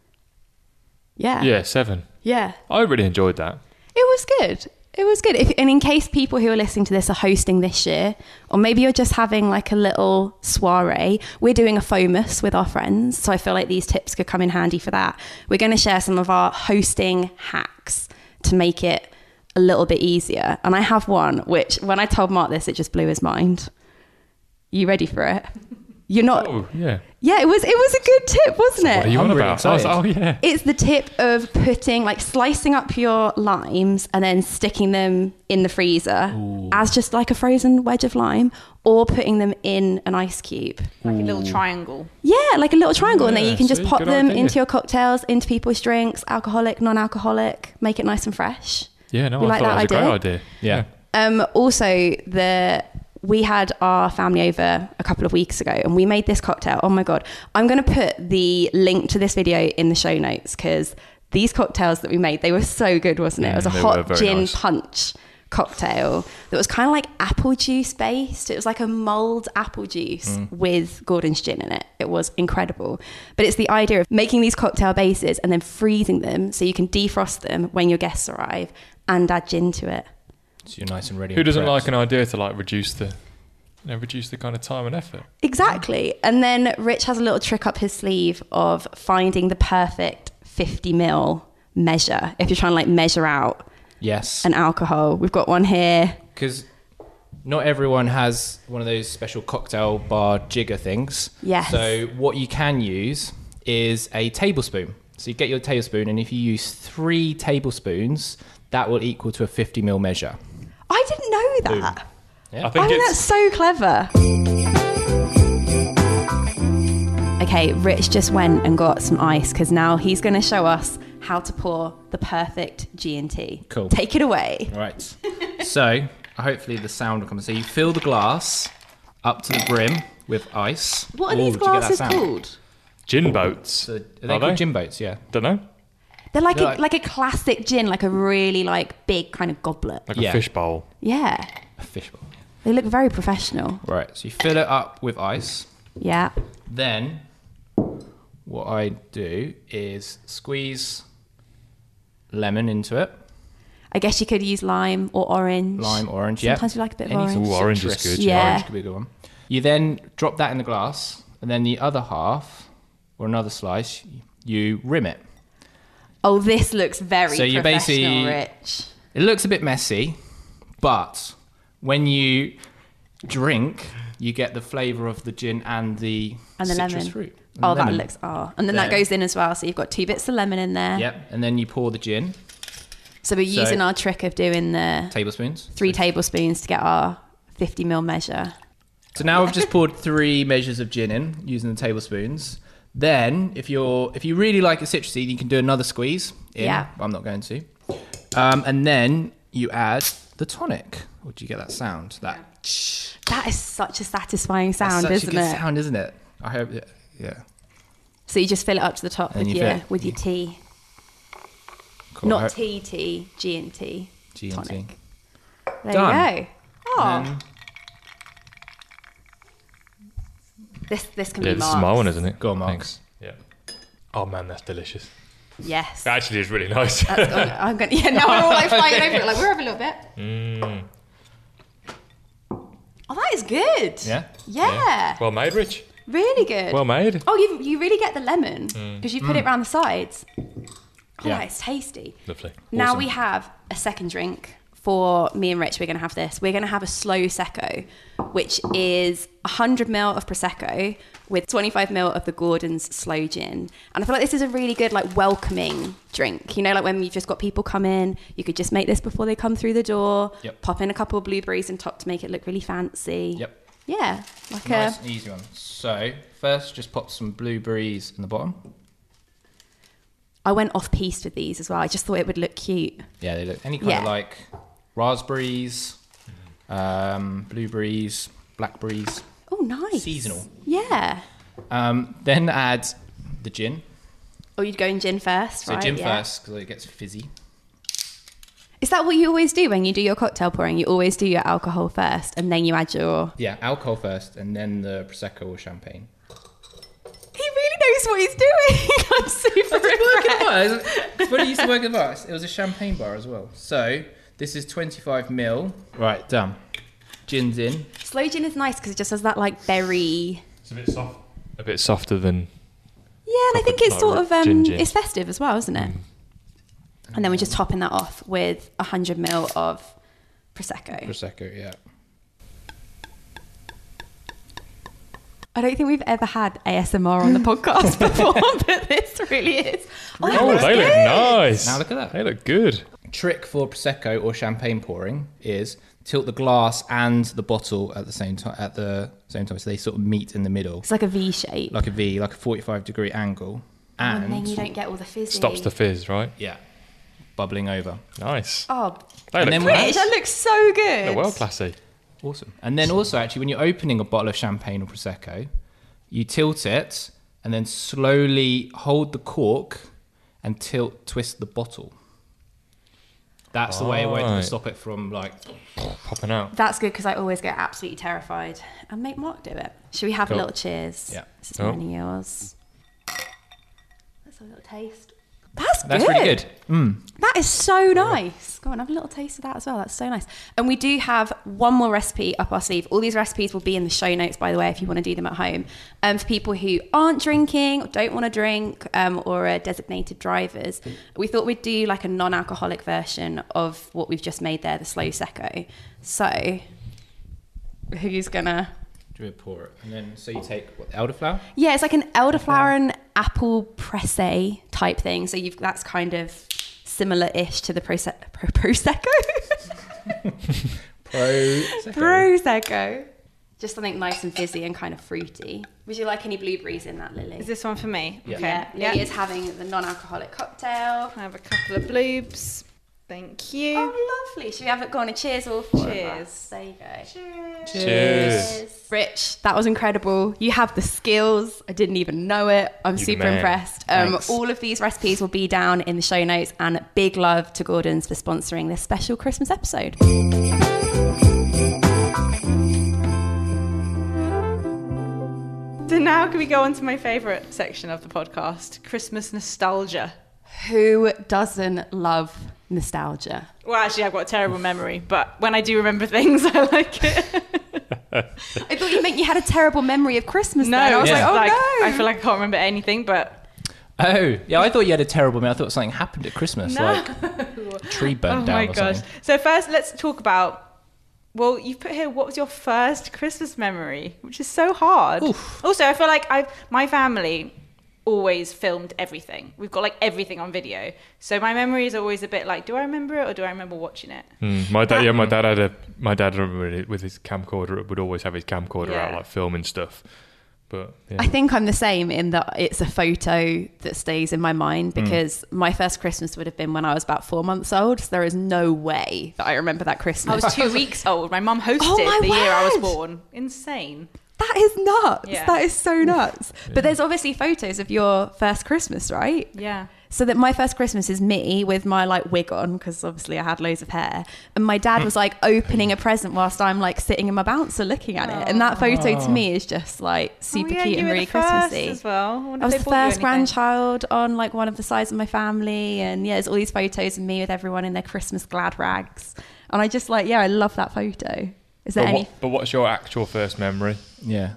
Speaker 2: Yeah.
Speaker 4: Yeah, seven.
Speaker 2: Yeah.
Speaker 4: I really enjoyed that.
Speaker 2: It was good. It was good. If, and in case people who are listening to this are hosting this year, or maybe you're just having like a little soiree, we're doing a FOMUS with our friends. So I feel like these tips could come in handy for that. We're going to share some of our hosting hacks to make it a little bit easier. And I have one, which when I told Mark this, it just blew his mind. You ready for it? You're not.
Speaker 4: Oh yeah.
Speaker 2: Yeah, it was. It was a good tip, wasn't it?
Speaker 4: What are you
Speaker 3: I'm
Speaker 4: on
Speaker 3: really
Speaker 4: about? I was like, oh yeah.
Speaker 2: It's the tip of putting, like, slicing up your limes and then sticking them in the freezer as just like a frozen wedge of lime, or putting them in an ice cube.
Speaker 1: Like a little triangle.
Speaker 2: Yeah, like a little triangle, and then
Speaker 4: Yeah,
Speaker 2: you can just
Speaker 4: see,
Speaker 2: pop
Speaker 4: good
Speaker 2: them
Speaker 4: idea.
Speaker 2: into your cocktails, into people's drinks, alcoholic, non-alcoholic, make it nice and fresh.
Speaker 4: Yeah, no,
Speaker 2: You
Speaker 4: I
Speaker 2: like
Speaker 4: thought
Speaker 2: that
Speaker 4: that was a great
Speaker 2: idea?
Speaker 4: idea.
Speaker 3: Yeah.
Speaker 2: Um, also, the we had our family over a couple of weeks ago, and we made this cocktail. Oh my god! I'm going to put the link to this video in the show notes because these cocktails that we made they were so good, wasn't it? It was a
Speaker 4: Mm, they were
Speaker 2: hot
Speaker 4: very
Speaker 2: gin
Speaker 4: nice.
Speaker 2: punch cocktail that was kind of like apple juice based. It was like a mulled apple juice
Speaker 4: Mm.
Speaker 2: with Gordon's gin in it. It was incredible. But it's the idea of making these cocktail bases and then freezing them so you can defrost them when your guests arrive and add gin to it.
Speaker 3: So you're nice and ready.
Speaker 4: Who
Speaker 3: and
Speaker 4: doesn't
Speaker 3: prepped.
Speaker 4: like an idea to like reduce the, you know, reduce the kind of time and effort?
Speaker 2: Exactly. And then Rich has a little trick up his sleeve of finding the perfect 50 mil measure if you're trying to like measure out
Speaker 3: Yes.
Speaker 2: an alcohol. We've got one here.
Speaker 3: because not everyone has one of those special cocktail bar jigger things.
Speaker 2: Yes.
Speaker 3: So what you can use is a tablespoon. So you get your tablespoon, and if you use three tablespoons, that will equal to a 50 mil measure.
Speaker 2: I didn't know that.
Speaker 4: I think
Speaker 2: I think that's
Speaker 4: it's
Speaker 2: so clever. Okay, Rich just went and got some ice because now he's going to show us how to pour the perfect G&T.
Speaker 3: Cool.
Speaker 2: Take it away.
Speaker 3: All right.
Speaker 2: [LAUGHS]
Speaker 3: so hopefully the sound will come. So you fill the glass up to the brim with ice.
Speaker 2: What are
Speaker 3: Ooh,
Speaker 2: these
Speaker 3: did you get that
Speaker 2: glasses
Speaker 3: sound?
Speaker 2: called?
Speaker 4: gin boats.
Speaker 3: So are they
Speaker 4: Are
Speaker 3: called
Speaker 4: they?
Speaker 3: gin boats? Yeah.
Speaker 4: Don't know.
Speaker 2: They're like
Speaker 3: They're
Speaker 2: a, like a classic gin, like a really like big kind of goblet.
Speaker 4: Like
Speaker 3: Yeah.
Speaker 4: a fish bowl.
Speaker 2: Yeah.
Speaker 3: A fishbowl.
Speaker 2: They look very professional.
Speaker 3: Right. So you fill it up with ice.
Speaker 2: Yeah.
Speaker 3: Then, what I do is squeeze lemon into it,
Speaker 2: I guess you could use lime or orange.
Speaker 3: lime, orange. Yeah,
Speaker 2: Sometimes we like a bit of
Speaker 3: Any
Speaker 2: orange.
Speaker 4: Ooh, orange is
Speaker 3: citrus.
Speaker 4: good,
Speaker 2: yeah. Yeah.
Speaker 3: orange could be a good one. You then drop that in the glass, and then the other half or another slice, you rim it.
Speaker 2: Oh, this looks very
Speaker 3: So you
Speaker 2: professional,
Speaker 3: basically-
Speaker 2: Rich.
Speaker 3: It looks a bit messy, but when you drink, you get the flavour of the gin and the
Speaker 2: And the
Speaker 3: citrus
Speaker 2: lemon.
Speaker 3: fruit. and
Speaker 2: Oh,
Speaker 3: the
Speaker 2: that
Speaker 3: lemon.
Speaker 2: looks ah. And then that
Speaker 3: There.
Speaker 2: goes in as well. So you've got two bits of lemon in there.
Speaker 3: Yep, and then you pour the gin,
Speaker 2: So we're
Speaker 3: So-
Speaker 2: using our trick of doing the
Speaker 3: tablespoons.
Speaker 2: three tablespoons to get our 50 mil measure.
Speaker 3: So now I've just poured three measures of gin in using the tablespoons. Then, if you're if you really like it citrusy, you can do another squeeze. In,
Speaker 2: Yeah.
Speaker 3: but I'm not going to. Um, and then you add the tonic Or do you get that sound? That
Speaker 2: That is such a satisfying sound,
Speaker 3: That's such
Speaker 2: isn't
Speaker 3: a good
Speaker 2: it?
Speaker 3: sound, isn't it? I hope. Yeah. yeah.
Speaker 2: So you just fill it up to the top
Speaker 3: And
Speaker 2: with
Speaker 3: you
Speaker 2: your
Speaker 3: fill it-
Speaker 2: with your tea,
Speaker 3: Cool. I
Speaker 2: not
Speaker 3: hope-
Speaker 2: tea, tea, G and T.
Speaker 3: G and T.
Speaker 2: Tonic. There
Speaker 3: Done.
Speaker 2: you go. Oh. this this can
Speaker 4: Yeah,
Speaker 2: be
Speaker 4: this is my one,
Speaker 2: marked.
Speaker 4: isn't it?
Speaker 3: Go on, Mark.
Speaker 4: Thanks. Yeah. Oh man, that's delicious.
Speaker 2: Yes.
Speaker 4: It Ah. actually is really nice.
Speaker 2: That's gone- I'm gonna, yeah, now we're all like fighting over it. Like we're having a little bit.
Speaker 3: Mm.
Speaker 2: Oh, that is good.
Speaker 3: Yeah.
Speaker 2: Yeah.
Speaker 4: [LAUGHS] Well made, Rich.
Speaker 2: Really good.
Speaker 4: Well made.
Speaker 2: oh, you you really get the lemon because you put it around the sides. Oh,
Speaker 3: Mm. Yeah.
Speaker 2: that is tasty.
Speaker 4: Lovely.
Speaker 2: Now
Speaker 3: Awesome.
Speaker 2: we have a second drink for me and Rich. We're going to have this. We're going to have a slow secco, which is 100 ml of prosecco with 25 ml of the Gordon's slow gin. And I feel like this is a really good, like, welcoming drink. You know, like when you've just got people come in, you could just make this before they come through the door.
Speaker 3: Yep.
Speaker 2: Pop in a couple of blueberries on top to make it look really fancy.
Speaker 3: Yep.
Speaker 2: Yeah, like uh,
Speaker 3: Nice
Speaker 2: a
Speaker 3: and easy one. So first, just pop some blueberries in the bottom.
Speaker 2: I went off piste with these as well. I just thought it would look cute.
Speaker 3: Yeah, they look any kind
Speaker 2: Yeah.
Speaker 3: of like raspberries, um, blueberries, blackberries,
Speaker 2: Oh, nice.
Speaker 3: seasonal.
Speaker 2: Yeah.
Speaker 3: Um, then add the gin.
Speaker 2: Or Oh, you'd go in gin first,
Speaker 3: So
Speaker 2: right?
Speaker 3: gin
Speaker 2: Yeah.
Speaker 3: first because it gets fizzy.
Speaker 2: Is that what you always do when you do your cocktail pouring? You always do your alcohol first and then you add your.
Speaker 3: Yeah, alcohol first, and then the prosecco or [LAUGHS] champagne.
Speaker 2: He really knows what he's doing. [LAUGHS] I'm super impressed.
Speaker 3: It's funny you used to work at the bar. It was a champagne bar as well. So this is 25 mil. Right, done. Gin's in.
Speaker 2: [LAUGHS] Slow gin is nice because it just has that like berry.
Speaker 4: It's a bit soft. A bit softer than
Speaker 2: Yeah, and I think it's
Speaker 4: Like
Speaker 2: sort
Speaker 4: a
Speaker 2: of um,
Speaker 4: gin gin. Mm.
Speaker 2: it's festive as well, isn't it? And then we're just topping that off with hundred ml of prosecco.
Speaker 3: Prosecco, yeah.
Speaker 2: I don't think we've ever had ASMR
Speaker 4: [LAUGHS]
Speaker 2: on the podcast before, [LAUGHS] but this really is. Oh, that
Speaker 4: Oh,
Speaker 2: looks
Speaker 4: they look
Speaker 2: good.
Speaker 4: nice.
Speaker 3: Now look at that.
Speaker 4: They look good.
Speaker 3: Trick for prosecco or champagne pouring is tilt the glass and the bottle at the same time. At the same time, so they sort of meet in the middle,
Speaker 2: It's like a V shape,
Speaker 3: like a V, like a 45 degree angle,
Speaker 2: and then you
Speaker 3: and
Speaker 2: don't get all the fizzy.
Speaker 4: Stops the fizz, right?
Speaker 3: yeah, bubbling over.
Speaker 4: Nice.
Speaker 2: Oh,
Speaker 4: They
Speaker 3: And
Speaker 4: look
Speaker 3: then
Speaker 4: classy.
Speaker 2: Rich, that looks so
Speaker 4: They're
Speaker 2: good.
Speaker 4: well classy.
Speaker 3: Awesome. And then also, actually, when you're opening a bottle of champagne or prosecco, you tilt it and then slowly hold the cork and tilt twist the bottle. That's the way a way to
Speaker 4: Right.
Speaker 3: stop it from like.
Speaker 4: Popping out.
Speaker 2: That's good because I always get absolutely terrified and make Mark do it. Should we have
Speaker 3: Cool.
Speaker 2: a little cheers?
Speaker 3: Yeah.
Speaker 2: This is
Speaker 4: Oh.
Speaker 2: mine and yours. Let's have a little taste. That's good.
Speaker 3: That's really good. Mm.
Speaker 2: That is so nice. Go on, have a little taste of that as well. That's so nice. And we do have one more recipe up our sleeve. All these recipes will be in the show notes, by the way, if you want to do them at home. Um, for people who aren't drinking, or don't want to drink, um, or are designated drivers, we thought we'd do like a non alcoholic version of what we've just made there, the slow secco. So, who's gonna.
Speaker 3: Do we pour it? And then, so you take what, elderflower?
Speaker 2: Yeah, it's like an elderflower and apple presse type thing. So you've that's kind of similar-ish to the proce- [LAUGHS] pro- prosecco. [LAUGHS]
Speaker 3: Prosecco.
Speaker 2: prosecco. Just something nice and fizzy and kind of fruity. Would you like any blueberries in that, Lily?
Speaker 1: Is this one for me?
Speaker 3: Yeah.
Speaker 2: yeah,
Speaker 1: Yeah.
Speaker 2: Lily is having the non-alcoholic cocktail.
Speaker 1: I have a couple of bloobs. Thank you.
Speaker 2: Oh, lovely. Should we have it go on a cheers all four Of
Speaker 1: Cheers.
Speaker 2: us? There you go.
Speaker 4: Cheers.
Speaker 2: Rich, that was incredible. You have the skills. I didn't even know it. I'm
Speaker 4: the
Speaker 2: super
Speaker 4: man.
Speaker 2: impressed. Um,
Speaker 3: Thanks.
Speaker 2: all of these recipes will be down in the show notes. And big love to Gordon's for sponsoring this special Christmas episode.
Speaker 1: So now can we go on to my favourite section of the podcast, Christmas nostalgia.
Speaker 2: Who doesn't love nostalgia?
Speaker 1: Well, actually, I've got a terrible memory, but when I do remember [LAUGHS] things, I like it.
Speaker 2: I thought you meant you had a terrible memory of Christmas.
Speaker 1: No,
Speaker 2: then. I was
Speaker 1: it's
Speaker 2: like, oh no.
Speaker 1: I feel like I can't remember anything, but
Speaker 3: Oh, yeah, I thought you had a terrible meal. I thought something happened at Christmas,
Speaker 1: No.
Speaker 3: like a tree
Speaker 1: [LAUGHS]
Speaker 3: burnt
Speaker 1: oh
Speaker 3: down
Speaker 1: my
Speaker 3: or
Speaker 1: gosh.
Speaker 3: something.
Speaker 1: So first, let's talk about. Well, you've put here what was your first Christmas memory, which is so hard.
Speaker 3: Oof.
Speaker 1: Also, I feel like I my family always filmed everything. We've got like everything on video, so my memory is always a bit like, do I remember it or do I remember watching it?
Speaker 4: Mm, my dad, yeah, my dad had a my dad I remember with his camcorder would always have his camcorder
Speaker 1: Yeah.
Speaker 4: out like filming stuff, But yeah.
Speaker 2: I think I'm the same in that it's a photo that stays in my mind
Speaker 1: Hmm.
Speaker 2: because my first Christmas would have been when I was about four months old. So there is no way that I remember that Christmas.
Speaker 1: I was
Speaker 2: [LAUGHS]
Speaker 1: two weeks old. My mum hosted
Speaker 2: Oh my
Speaker 1: the year I was
Speaker 2: word!
Speaker 1: born. Insane.
Speaker 2: that is nuts.
Speaker 1: Yeah.
Speaker 2: That is so nuts. But there's obviously photos of your first Christmas, right?
Speaker 1: Yeah.
Speaker 2: So that my first Christmas is me with my like wig on because obviously I had loads of hair, and my dad was like opening a present whilst I'm like sitting in my bouncer looking at it, and that photo to me is just like super
Speaker 1: Oh, yeah,
Speaker 2: cute
Speaker 1: you
Speaker 2: and
Speaker 1: were
Speaker 2: really
Speaker 1: the first
Speaker 2: Christmassy.
Speaker 1: as well. wonder
Speaker 2: I
Speaker 1: if
Speaker 2: was
Speaker 1: they
Speaker 2: the
Speaker 1: bought you
Speaker 2: first
Speaker 1: anything.
Speaker 2: grandchild on like one of the sides of my family, and yeah, there's all these photos of me with everyone in their Christmas glad rags, and I just like yeah, I love that photo. Is there
Speaker 4: but,
Speaker 2: any?
Speaker 4: what, but what's your actual first memory?
Speaker 3: Yeah.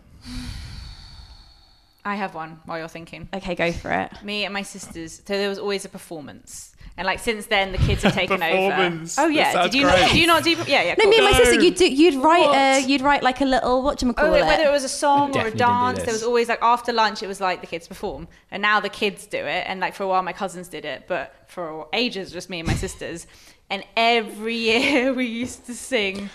Speaker 1: I have one while you're thinking.
Speaker 2: Okay, go for it.
Speaker 1: Me and my sisters. So there was always a performance, and like since then the kids have taken over.
Speaker 4: Performance.
Speaker 1: Oh
Speaker 4: That
Speaker 1: yeah.
Speaker 4: sounds
Speaker 1: Did you not?
Speaker 4: great.
Speaker 1: Did you not do? Yeah, yeah.
Speaker 2: No,
Speaker 1: cool.
Speaker 2: me and my sister,
Speaker 4: No.
Speaker 2: you'd do, you'd write, uh,
Speaker 4: What?
Speaker 2: you'd write like a little what do
Speaker 1: Oh,
Speaker 2: call it?
Speaker 1: whether it was a song or a
Speaker 3: Definitely didn't do
Speaker 1: dance,
Speaker 3: this.
Speaker 1: there was always like after lunch, it was like the kids perform, and now the kids do it. And like for a while, my cousins did it, but for ages, just me and my sisters. And every [LAUGHS] year, we used to sing,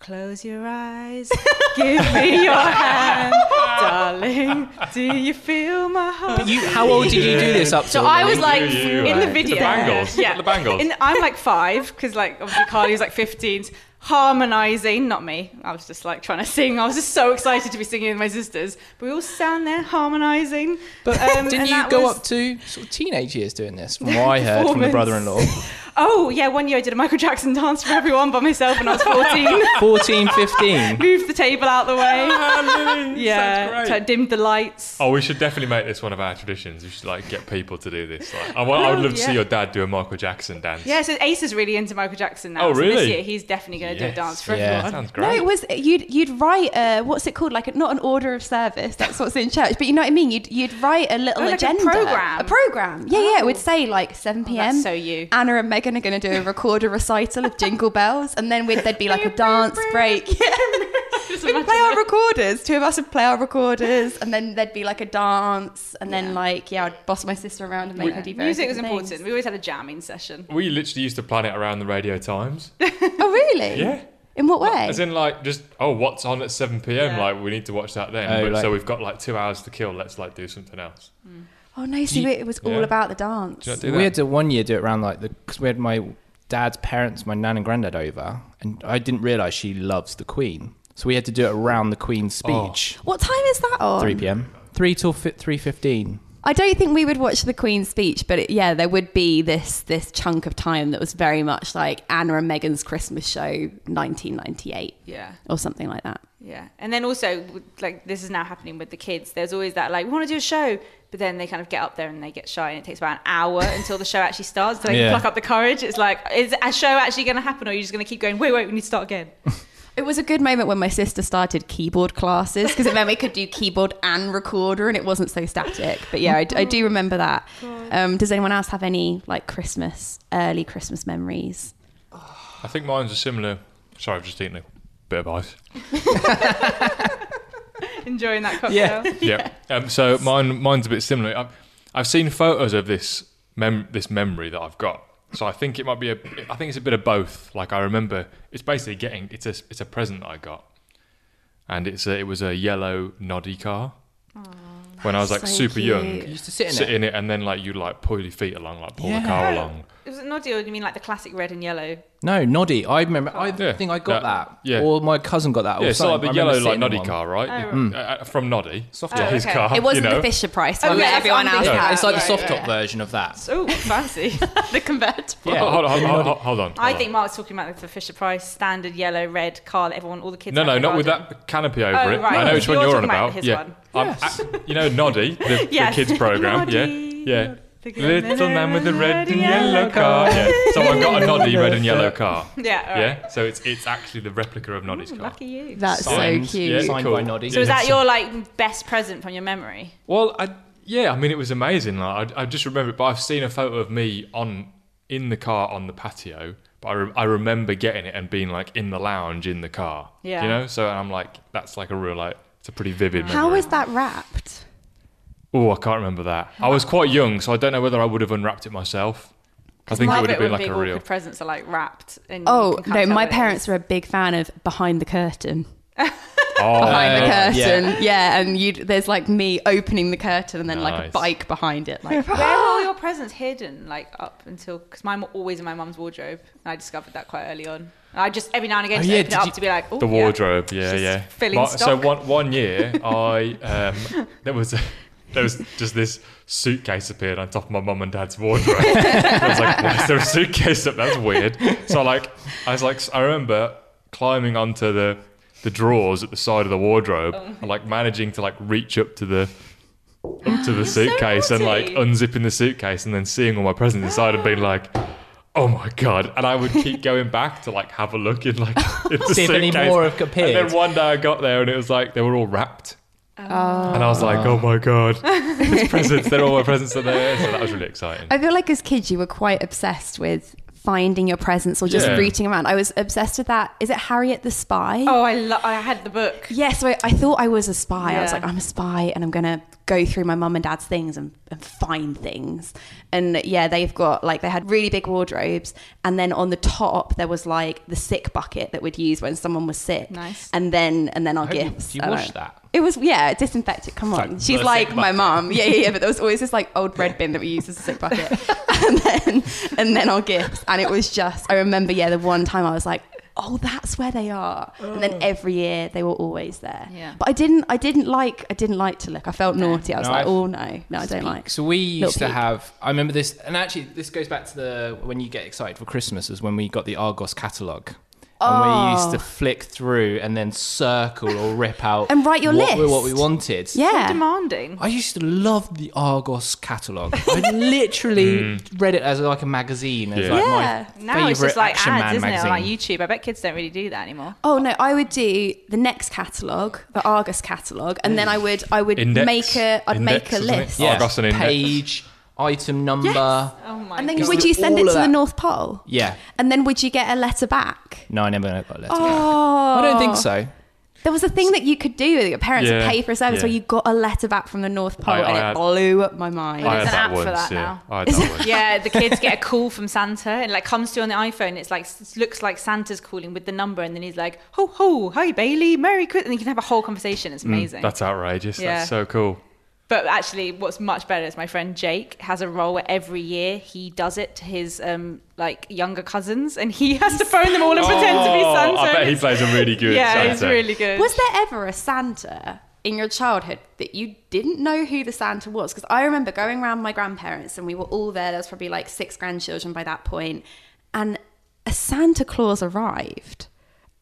Speaker 1: "Close your eyes, give me your
Speaker 4: [LAUGHS]
Speaker 1: hand, darling. Do you feel my heart?"
Speaker 3: You, how old did you do this up to?
Speaker 1: So I was
Speaker 4: you,
Speaker 1: like
Speaker 4: you,
Speaker 1: in
Speaker 4: uh,
Speaker 1: the
Speaker 4: the
Speaker 1: video.
Speaker 4: Bangles.
Speaker 1: Yeah.
Speaker 4: The Bangles.
Speaker 1: In- I'm like five because like obviously Carly was like 15, harmonizing. Not me. I was just like trying to sing. I was just so excited to be singing with my sisters. But we all stand there harmonizing.
Speaker 3: But
Speaker 1: Um,
Speaker 3: didn't
Speaker 1: and
Speaker 3: you
Speaker 1: that
Speaker 3: go
Speaker 1: was-
Speaker 3: up to sort of teenage years doing this? From what I heard from the
Speaker 1: Performance.
Speaker 3: brother-in-law,
Speaker 1: Oh yeah, one year I did a Michael Jackson dance for everyone by myself when I
Speaker 3: [LAUGHS]
Speaker 1: was 14.
Speaker 3: 14,
Speaker 1: [LAUGHS]
Speaker 3: 15.
Speaker 1: Moved the table out the way. Yeah,
Speaker 4: Sounds
Speaker 1: t-
Speaker 4: Ah, great.
Speaker 1: dimmed the lights.
Speaker 4: Oh, we should definitely make this one of our traditions. We should like get people to do this. Like, I, wa- I would
Speaker 1: Oh,
Speaker 4: love to see
Speaker 1: yeah.
Speaker 4: your dad do a Michael Jackson dance.
Speaker 1: Yeah, so Ace is really into Michael Jackson now.
Speaker 4: Oh,
Speaker 1: So this
Speaker 4: really?
Speaker 1: year he's definitely going to do
Speaker 4: Yes.
Speaker 1: a dance for
Speaker 3: Yeah.
Speaker 1: everyone.
Speaker 4: sounds
Speaker 2: No,
Speaker 4: great.
Speaker 2: it was you'd you'd write uh, what's it called like a, not an order of service. That's what's in church, but you know what I mean. You'd you'd write a little
Speaker 1: Oh, like a
Speaker 2: agenda,
Speaker 1: programme.
Speaker 2: a program. Yeah, yeah. It would say like seven
Speaker 1: Oh,
Speaker 2: p.m.
Speaker 1: that's so you.
Speaker 2: Anna and Megan are going to do a recorder recital of Jingle Bells, and then we'd, there'd be like a dance break.
Speaker 1: [LAUGHS]
Speaker 2: Yeah.
Speaker 1: [LAUGHS] Just
Speaker 2: We'd
Speaker 1: imagine
Speaker 2: play our
Speaker 1: that.
Speaker 2: recorders. Two of us would play our recorders, and then there'd be like a dance, and then like yeah, I'd boss my sister around and make her do various
Speaker 1: Music was
Speaker 2: different
Speaker 1: important.
Speaker 2: things.
Speaker 1: We always had a jamming session.
Speaker 4: We literally used to plan it around the
Speaker 2: [LAUGHS]
Speaker 4: radio times.
Speaker 2: Oh really?
Speaker 4: Yeah.
Speaker 2: In what way?
Speaker 4: As in, like, just oh, what's on at seven pm?
Speaker 1: Yeah.
Speaker 4: Like, we need to watch that then.
Speaker 3: Oh,
Speaker 4: but,
Speaker 3: like-
Speaker 4: so we've got like two hours to kill. Let's like do something else.
Speaker 2: oh no, so
Speaker 3: You-
Speaker 2: it was all
Speaker 4: Yeah.
Speaker 2: about the dance.
Speaker 4: Do you not do that?
Speaker 3: We had to one year do it around like the because we had my dad's parents, my nan and granddad over, and I didn't realise she loves the Queen, so we had to do it around the Queen's
Speaker 4: Oh.
Speaker 3: speech.
Speaker 2: What time is that on?
Speaker 3: Three p.m. Three till fi- three fifteen.
Speaker 2: I don't think we would watch the Queen's speech, but it, yeah, there would be this this chunk of time that was very much like Anna and Meghan's Christmas show, 1998,
Speaker 1: Yeah,
Speaker 2: or something like that.
Speaker 1: yeah. And then also, like, this is now happening with the kids. There's always that, like, we want to do a show, but then they kind of get up there and they get shy, and it takes about an hour until the show actually starts. So they
Speaker 3: Yeah.
Speaker 1: can pluck up the courage. It's like, is a show actually going to happen, or are you just going to keep going, wait, wait, we need to start again? [LAUGHS]
Speaker 2: It was a good moment when my sister started keyboard classes because it meant we could do keyboard and recorder, and it wasn't so static. But yeah, I, d- I do remember that. Um, does anyone else have any like Christmas, early Christmas memories?
Speaker 4: I think mine's a similar. Sorry, I've just eaten a bit of ice.
Speaker 1: Enjoying that cocktail. [LAUGHS]
Speaker 4: yeah. Um, so mine, mine's a bit similar. I've, I've seen photos of this mem- this memory that I've got. So I think it might be a. I think it's a bit of both. Like I remember, it's basically getting. It's a it's a present that I got, and it's a, it was a yellow noddy car. when I was like
Speaker 2: so
Speaker 4: super
Speaker 2: cute.
Speaker 3: You
Speaker 4: young,
Speaker 3: used to sit in
Speaker 4: sit
Speaker 3: it.
Speaker 4: in it, and then like you like pull your feet along, like pull
Speaker 3: Yeah.
Speaker 4: the car along.
Speaker 1: Was it Noddy, or do you mean like the classic red and yellow?
Speaker 3: No, Noddy. I remember. I
Speaker 4: Yeah.
Speaker 3: think I got
Speaker 4: That-
Speaker 3: that.
Speaker 4: yeah.
Speaker 3: Or my cousin got that. or
Speaker 4: Yeah, it's
Speaker 3: something.
Speaker 4: like the
Speaker 3: Oh, I remember
Speaker 4: yellow
Speaker 3: sitting
Speaker 4: like
Speaker 3: in
Speaker 4: Noddy
Speaker 3: one. Mm.
Speaker 4: car, right?
Speaker 1: Oh,
Speaker 4: Uh, uh, from Noddy,
Speaker 3: Soft
Speaker 1: Oh,
Speaker 3: top.
Speaker 4: his
Speaker 1: okay.
Speaker 4: car.
Speaker 2: It wasn't
Speaker 4: you know?
Speaker 2: the Fisher Price
Speaker 1: Oh,
Speaker 2: one
Speaker 1: yeah,
Speaker 2: that
Speaker 1: that's what
Speaker 2: everyone
Speaker 1: I'm
Speaker 2: else
Speaker 1: thinking.
Speaker 2: had.
Speaker 3: It's like the
Speaker 1: Right,
Speaker 3: soft
Speaker 1: right,
Speaker 3: top version of that.
Speaker 1: Oh, fancy.
Speaker 2: the convertible.
Speaker 3: Yeah.
Speaker 4: [LAUGHS] Oh, [LAUGHS] hold on, hold on, hold on, hold on.
Speaker 1: [LAUGHS] I think Mark's talking about the Fisher Price standard yellow, red car that everyone, all the kids.
Speaker 4: No,
Speaker 1: had
Speaker 4: no,
Speaker 1: in
Speaker 4: not
Speaker 1: the
Speaker 4: with
Speaker 1: garden.
Speaker 4: that canopy over
Speaker 1: Oh,
Speaker 4: it.
Speaker 1: right.
Speaker 4: I know which
Speaker 1: You're
Speaker 4: one you're on
Speaker 1: talking about
Speaker 4: about.
Speaker 1: his
Speaker 4: yeah,
Speaker 1: one.
Speaker 4: I'm- I- you know Noddy, the,
Speaker 1: Yes.
Speaker 4: the kids program.
Speaker 1: Noddy.
Speaker 4: yeah, yeah.
Speaker 1: The good
Speaker 4: Little man with the red and
Speaker 1: yellow
Speaker 4: yellow car. Yeah. So I got a Noddy red and yellow car.
Speaker 1: [LAUGHS] Yeah, [LAUGHS] all right.
Speaker 4: Yeah. So it's it's actually the replica of Noddy's car.
Speaker 1: Lucky you.
Speaker 2: That's
Speaker 3: Signed,
Speaker 2: so cute.
Speaker 4: yeah.
Speaker 3: Signed
Speaker 4: Cool.
Speaker 3: by Noddy.
Speaker 1: So is that your like best present from your memory?
Speaker 4: Well, I yeah, I mean it was amazing. Like I, I just remember, it, but I've seen a photo of me on in the car on the patio. But I, re- I remember getting it and being like in the lounge in the car.
Speaker 1: Yeah.
Speaker 4: You know. So I'm like, that's like a real like. It's a pretty vivid memory.
Speaker 2: How was that wrapped?
Speaker 4: Oh, I can't remember that. I was quite young, so I don't know whether I would have unwrapped it myself. I think it
Speaker 1: Love
Speaker 4: would have
Speaker 1: when
Speaker 4: been like
Speaker 1: big
Speaker 4: a real.
Speaker 1: awkward presents are like wrapped. And you
Speaker 2: Oh
Speaker 1: can kinda
Speaker 2: no,
Speaker 1: tell
Speaker 2: my
Speaker 1: what it
Speaker 2: parents
Speaker 1: is.
Speaker 2: are a big fan of behind the curtain.
Speaker 4: Oh,
Speaker 2: behind the
Speaker 3: yeah.
Speaker 2: curtain. Yeah, and you there's like me opening the curtain and then like a
Speaker 4: Nice.
Speaker 2: bike behind it. Like
Speaker 1: Where were
Speaker 2: [GASPS]
Speaker 1: all your presents hidden? Like up until because mine were always in my mum's wardrobe, and I discovered that quite early on. And I just every now and again
Speaker 3: Oh,
Speaker 1: just
Speaker 3: yeah,
Speaker 1: open
Speaker 3: did
Speaker 1: it up
Speaker 3: you-
Speaker 1: to be like, oh,
Speaker 4: the wardrobe. Yeah,
Speaker 1: Just
Speaker 4: yeah.
Speaker 1: filling
Speaker 4: My- So
Speaker 1: stock.
Speaker 4: one one year, I um, [LAUGHS] there was there was just this suitcase appeared on top of my mum and dad's wardrobe. [LAUGHS] I was like, why is there a suitcase up? That's weird. So like, I was like, I remember climbing onto the the drawers at the side of the wardrobe,
Speaker 1: Oh
Speaker 4: and like managing to like reach up to the.
Speaker 1: [GASPS]
Speaker 4: Up to the suitcase and like
Speaker 1: naughty.
Speaker 4: unzipping the suitcase and then seeing all my presents inside and being like, "Oh my god!" And I would keep going back to like have a look in
Speaker 3: [LAUGHS]
Speaker 4: like in the
Speaker 3: See if any
Speaker 4: suitcase.
Speaker 3: more have appeared.
Speaker 4: And then one day I got there and it was like they were all wrapped. And I was like, oh my [LAUGHS] god, it's presents. They're all my presents are there. So that was really exciting.
Speaker 2: [LAUGHS] I feel like as kids you were quite obsessed with finding your presents or just
Speaker 4: Yeah.
Speaker 2: rooting around. I was obsessed with that. Is it Harriet the Spy?
Speaker 1: Oh, I lo- I had the book.
Speaker 2: Yes, so I, I thought I was a spy. I was
Speaker 1: Yeah.
Speaker 2: like, I'm a spy, and I'm gonna go through my mum and dad's things and, and find things. And yeah, they've got like they had really big wardrobes, and then on the top there was like the sick bucket that we'd use when someone was sick.
Speaker 1: Nice.
Speaker 2: And then and then our
Speaker 3: hope you-
Speaker 2: gifts.
Speaker 3: do you
Speaker 2: I
Speaker 3: wash
Speaker 2: know.
Speaker 3: that?
Speaker 2: It was yeah, disinfect it. Come
Speaker 3: It's like
Speaker 2: on,
Speaker 3: the
Speaker 2: she's
Speaker 3: sick
Speaker 2: like my
Speaker 3: bucket.
Speaker 2: mum. Yeah, yeah, yeah. But there was always this like old bread bin that we used as a sick
Speaker 3: [LAUGHS]
Speaker 2: bucket, [LAUGHS] and then and then our gifts. And it was just I remember yeah, the one time I was like, oh, that's where they are. And
Speaker 3: Oh.
Speaker 2: then every year they were always there.
Speaker 1: Yeah.
Speaker 2: But I didn't I didn't like I didn't like to look. I felt naughty. I was
Speaker 3: No,
Speaker 2: like,
Speaker 3: I've-
Speaker 2: oh no, no, I don't like.
Speaker 3: So we
Speaker 2: Little
Speaker 3: used to
Speaker 2: peek.
Speaker 3: have. I remember this, and actually, this goes back to the when you get excited for Christmas is when we got the Argos catalog. And we used
Speaker 2: Oh.
Speaker 3: to flick through and then circle or rip
Speaker 2: [LAUGHS]
Speaker 3: out
Speaker 2: And write your
Speaker 3: what, we- what we
Speaker 2: list.
Speaker 3: wanted.
Speaker 1: So
Speaker 2: Yeah.
Speaker 1: demanding.
Speaker 3: I used to love the Argos
Speaker 2: [LAUGHS]
Speaker 3: catalog. I literally read it as like a magazine. As
Speaker 4: Yeah.
Speaker 3: like
Speaker 2: Yeah.
Speaker 3: my
Speaker 1: Hmm. Now it's just
Speaker 3: favorite
Speaker 1: like ads,
Speaker 3: Action Man
Speaker 1: isn't
Speaker 3: magazine.
Speaker 1: it? On like YouTube. I bet kids don't really do that anymore.
Speaker 2: Oh no, I would do the next catalog, the Argus catalog, and
Speaker 3: Mm.
Speaker 2: then I would I would
Speaker 4: Index.
Speaker 2: make a I'd
Speaker 4: Index,
Speaker 2: make a
Speaker 4: isn't it?
Speaker 2: list.
Speaker 4: Yeah. Argos and Index.
Speaker 3: page, item number.
Speaker 1: Oh my
Speaker 2: And then
Speaker 1: god.
Speaker 2: would you send it
Speaker 3: All
Speaker 2: to
Speaker 3: of
Speaker 2: the
Speaker 3: that.
Speaker 2: North Pole?
Speaker 3: Yeah.
Speaker 2: And then would you get a letter back?
Speaker 3: No, I never got a letter.
Speaker 2: Oh,
Speaker 3: I don't think so.
Speaker 2: There was a thing that you could do that your parents would
Speaker 4: Yeah,
Speaker 2: pay for a service
Speaker 4: yeah.
Speaker 2: where you got a letter back from the North Pole
Speaker 4: I-
Speaker 2: and
Speaker 4: I
Speaker 2: it
Speaker 4: had-
Speaker 2: blew up my mind.
Speaker 4: I
Speaker 1: there's
Speaker 4: had
Speaker 1: an
Speaker 4: that
Speaker 1: app for
Speaker 4: once.
Speaker 1: that
Speaker 4: yeah.
Speaker 1: now.
Speaker 4: I had
Speaker 1: [LAUGHS]
Speaker 4: that once.
Speaker 1: Yeah, the kids get a call from Santa and it like comes to you on the iPhone. It's like it looks like Santa's calling with the number, and then he's like, "Ho ho, hi Bailey, Merry Christmas," and you can have a whole conversation. It's amazing.
Speaker 4: Mm, That's outrageous.
Speaker 1: Yeah.
Speaker 4: That's so cool.
Speaker 1: But actually, what's much better is my friend Jake has a role where every year he does it to his um, like younger cousins, and he has to phone them all and pretend to be
Speaker 4: Oh,
Speaker 1: Santa.
Speaker 4: I bet he
Speaker 1: It's-
Speaker 4: plays a really
Speaker 1: [LAUGHS]
Speaker 4: good
Speaker 1: yeah,
Speaker 4: Santa.
Speaker 1: he's really good.
Speaker 2: Was there ever a Santa in your childhood that you didn't know who the Santa was? Because I remember going around my grandparents and we were all there. There was probably like six grandchildren by that point, and a Santa Claus arrived.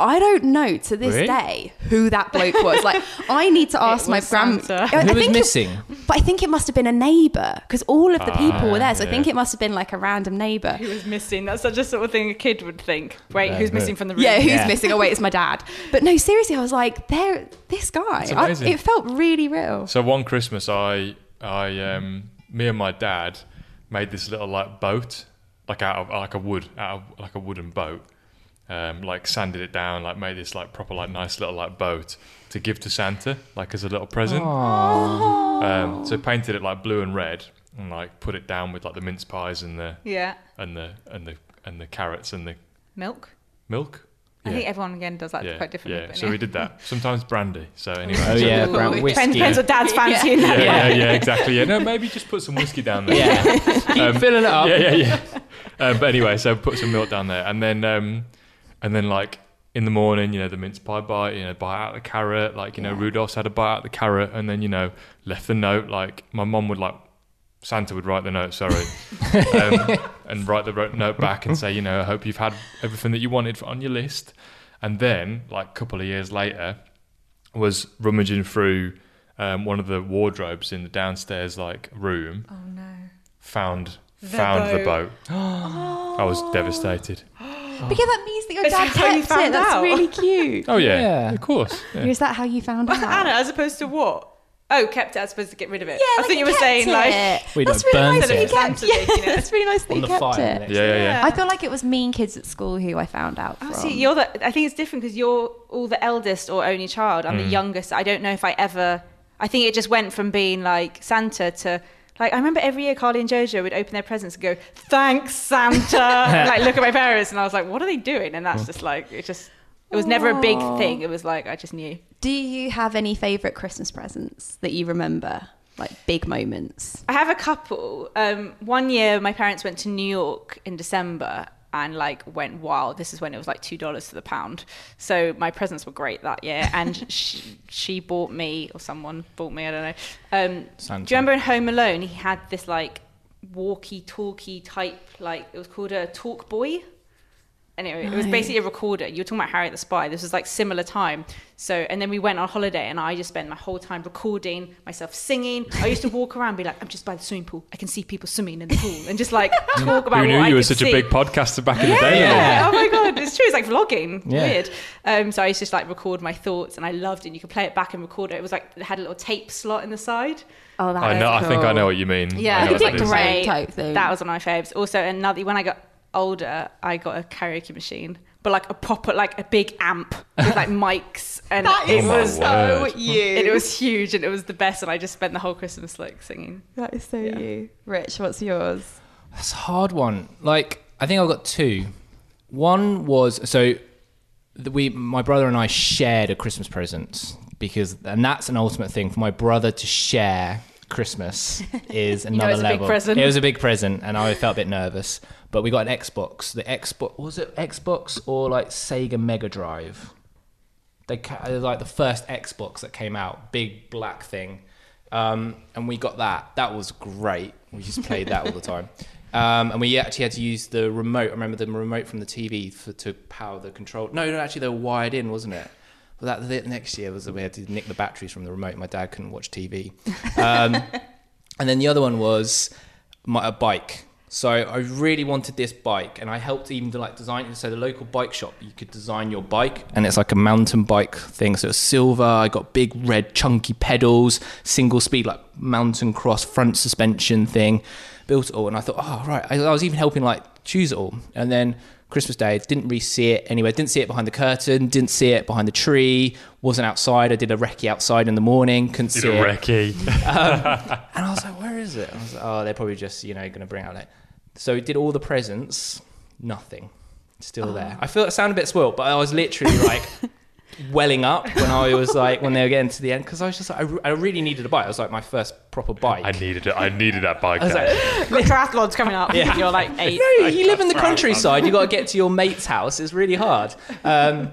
Speaker 2: I don't know to this
Speaker 3: Really?
Speaker 2: day who that bloke was. Like,
Speaker 1: [LAUGHS]
Speaker 2: I need to ask my
Speaker 1: was
Speaker 2: grand.
Speaker 1: Santa.
Speaker 2: I- I
Speaker 3: Who was
Speaker 2: think it-
Speaker 3: missing?
Speaker 2: but I think it must have been a neighbour because all of the people were there. So I
Speaker 4: yeah.
Speaker 2: think it must have been like a random neighbour.
Speaker 1: Who was missing? That's such a sort of thing a kid would think. Wait,
Speaker 3: Yeah,
Speaker 1: who's
Speaker 3: no.
Speaker 1: missing from the room?
Speaker 2: Yeah, who's
Speaker 3: Yeah.
Speaker 2: missing? Oh wait, it's my dad. But no, seriously, I was like, there, this guy. I-
Speaker 4: amazing.
Speaker 2: it felt really real.
Speaker 4: So one Christmas, I, I, um, me and my dad made this little like boat, like out of like a wood, out of like a wooden boat, um, like sanded it down, like made this like proper like nice little like boat to give to Santa, like as a little present. Um, so painted it like blue and red, and like put it down with like the mince pies and the
Speaker 1: Yeah.
Speaker 4: and the and the and the carrots and the
Speaker 1: Milk.
Speaker 4: milk.
Speaker 1: I think everyone again does that quite differently.
Speaker 4: Yeah,
Speaker 1: but
Speaker 4: so we did that. Sometimes brandy. So anyway.
Speaker 3: Oh yeah,
Speaker 2: Ooh.
Speaker 3: brown
Speaker 1: Depends,
Speaker 3: whiskey.
Speaker 1: depends what dad's fancy in that.
Speaker 4: Yeah,
Speaker 3: Yeah.
Speaker 4: yeah, yeah, exactly. Yeah, no, maybe just put some whiskey down there.
Speaker 3: Yeah, keep filling it up.
Speaker 4: yeah, yeah, yeah. Um, but anyway, so put some milk down there, and then, um, and then like in the morning, you know, the mince pie bite, you know, bite out the carrot. Like you know, Rudolph's had a bite out the carrot, and then you know, left the note. Like my mum would like Santa would write the note, [LAUGHS] sorry, um, and write the ro- note back and say, you know, I hope you've had everything that you wanted on your list. And then, like a couple of years later, was rummaging through um, one of the wardrobes in the downstairs like room
Speaker 1: Oh no.
Speaker 4: found found the boat. I was devastated.
Speaker 2: But yeah, that means that your
Speaker 1: It's
Speaker 2: dad
Speaker 1: how you
Speaker 2: kept
Speaker 1: found
Speaker 2: it. That's
Speaker 1: out.
Speaker 2: really cute.
Speaker 4: Oh yeah,
Speaker 3: Yeah. [LAUGHS]
Speaker 4: of course. [LAUGHS] yeah.
Speaker 2: Is that how you found out?
Speaker 1: Anna, as opposed to what? Oh, kept it as opposed to get rid of it.
Speaker 2: Yeah,
Speaker 1: I
Speaker 2: like
Speaker 1: think
Speaker 2: he
Speaker 1: you were
Speaker 2: kept
Speaker 1: saying
Speaker 2: it.
Speaker 1: like
Speaker 3: We
Speaker 2: that's really
Speaker 3: don't burn
Speaker 2: nice that he
Speaker 3: it.
Speaker 2: kept.
Speaker 1: Santa did, you
Speaker 2: Yeah,
Speaker 1: know.
Speaker 2: that's really nice that
Speaker 3: on
Speaker 2: he
Speaker 3: the
Speaker 2: kept
Speaker 3: fire.
Speaker 2: it.
Speaker 3: next
Speaker 4: Yeah, yeah, yeah.
Speaker 1: Yeah.
Speaker 2: I feel like it was mean kids at school who I found out from.
Speaker 1: Oh, see, you're the. I think it's different because you're all the eldest or only child. I'm the
Speaker 3: Mm.
Speaker 1: youngest. I don't know if I ever. I think it just went from being like Santa to like I remember every year Carly and Jojo would open their presents and go,
Speaker 3: [LAUGHS] Mm.
Speaker 1: "Thanks, Santa," and like look at my parents, and I was like, "What are they doing?" And that's just like it just It was never a big thing. It was like I just knew.
Speaker 2: Do you have any favourite Christmas presents that you remember? Like big moments?
Speaker 1: I have a couple. Um, one year, my parents went to New York in December and like went wild. This is when it was like two dollars to the pound. So my presents were great that year, and she, she bought me or someone bought me. I don't know. Um,
Speaker 3: Santa.
Speaker 1: Do you remember in Home Alone? He had this like walkie-talkie type, like it was called a talk boy. Anyway, it was
Speaker 2: No.
Speaker 1: basically a recorder. You were talking about Harriet the Spy. This was like similar time. So, and then we went on holiday, and I just spent my whole time recording myself singing. I used to walk around and be like, "I'm just by the swimming pool. I can see people swimming in the pool," and just
Speaker 4: [LAUGHS]
Speaker 1: like talk about.
Speaker 4: Who knew
Speaker 1: what I
Speaker 4: you were
Speaker 1: could
Speaker 4: such
Speaker 1: see.
Speaker 4: a big podcaster back in the day?
Speaker 1: Yeah.
Speaker 4: Lily?
Speaker 1: Oh my god, it's true. It's like vlogging.
Speaker 3: Yeah.
Speaker 1: Weird. Um, so I used to just like record my thoughts, and I loved it. And you could play it back and record it. It was like it had a little tape slot in the side.
Speaker 2: Oh, that
Speaker 4: I know. I think I know what you mean.
Speaker 1: Yeah,
Speaker 4: I
Speaker 2: Like a
Speaker 4: know what that is.
Speaker 2: decorator. Great type thing.
Speaker 1: That was one of my faves. Also, another when I got older, I got a karaoke machine, but like a proper, like a big amp with
Speaker 2: [LAUGHS]
Speaker 1: like mics, and it
Speaker 4: is Oh my
Speaker 1: was.
Speaker 4: so word.
Speaker 2: you.
Speaker 1: It was huge and it was the best, and I just spent the whole Christmas like
Speaker 2: [LAUGHS]
Speaker 1: singing.
Speaker 2: that is so you. Rich, what's yours?
Speaker 3: That's a hard one. Like, I think I've got two. One was so the, we, my brother and I shared a Christmas present because, and that's an ultimate thing for my brother to share.
Speaker 1: [LAUGHS]
Speaker 3: Christmas is
Speaker 1: know
Speaker 3: another
Speaker 1: it's a big
Speaker 3: level.
Speaker 1: present.
Speaker 3: It was a big present, and I felt a bit nervous. But we got an Xbox. The Xbox was it Xbox or like Sega Mega Drive? They ca- it was like the first Xbox that came out, big black thing, um, and we got that. That was great. We just played that all the time, um, and we actually had to use the remote. I remember the remote from the TV for, to power the control. No, no, actually they were wired in, wasn't it? But that the next year was that we had to nick the batteries from the remote. My dad couldn't watch TV. Um, and then the other one was my, a bike. So I really wanted this bike, and I helped even to like design it. So the local bike shop, you could design your bike, and it's like a mountain bike thing. So it's silver. I got big red chunky pedals, single speed like mountain cross front suspension thing, built it all. And I thought, oh right, I, I was even helping like choose it all. And then Christmas Day, didn't really see it anywhere. Didn't see it behind the curtain. Didn't see it behind the tree. Wasn't outside. I did a recce outside in the morning. Couldn't
Speaker 4: Did
Speaker 3: see
Speaker 4: a
Speaker 1: [LAUGHS]
Speaker 3: it.
Speaker 4: recce.
Speaker 3: And I was like, where is it? I was like, oh, they're probably just, you know, going to bring out it. So we did all the presents, nothing. Still there. I feel it sounded a bit spoiled, but I was literally like welling up when I was like, when they were getting to the end, because I was just like, I, re- I really needed a bike. It was like my first proper bike.
Speaker 4: I needed it. I needed that bike.
Speaker 3: I was
Speaker 4: there.
Speaker 3: like,
Speaker 1: Got triathlons coming up.
Speaker 3: Yeah.
Speaker 1: You're
Speaker 2: [LAUGHS]
Speaker 1: like eight.
Speaker 3: No, you live in the
Speaker 4: Right.
Speaker 3: countryside. You got to get to your
Speaker 4: [LAUGHS]
Speaker 3: mate's house. It's really hard. Um,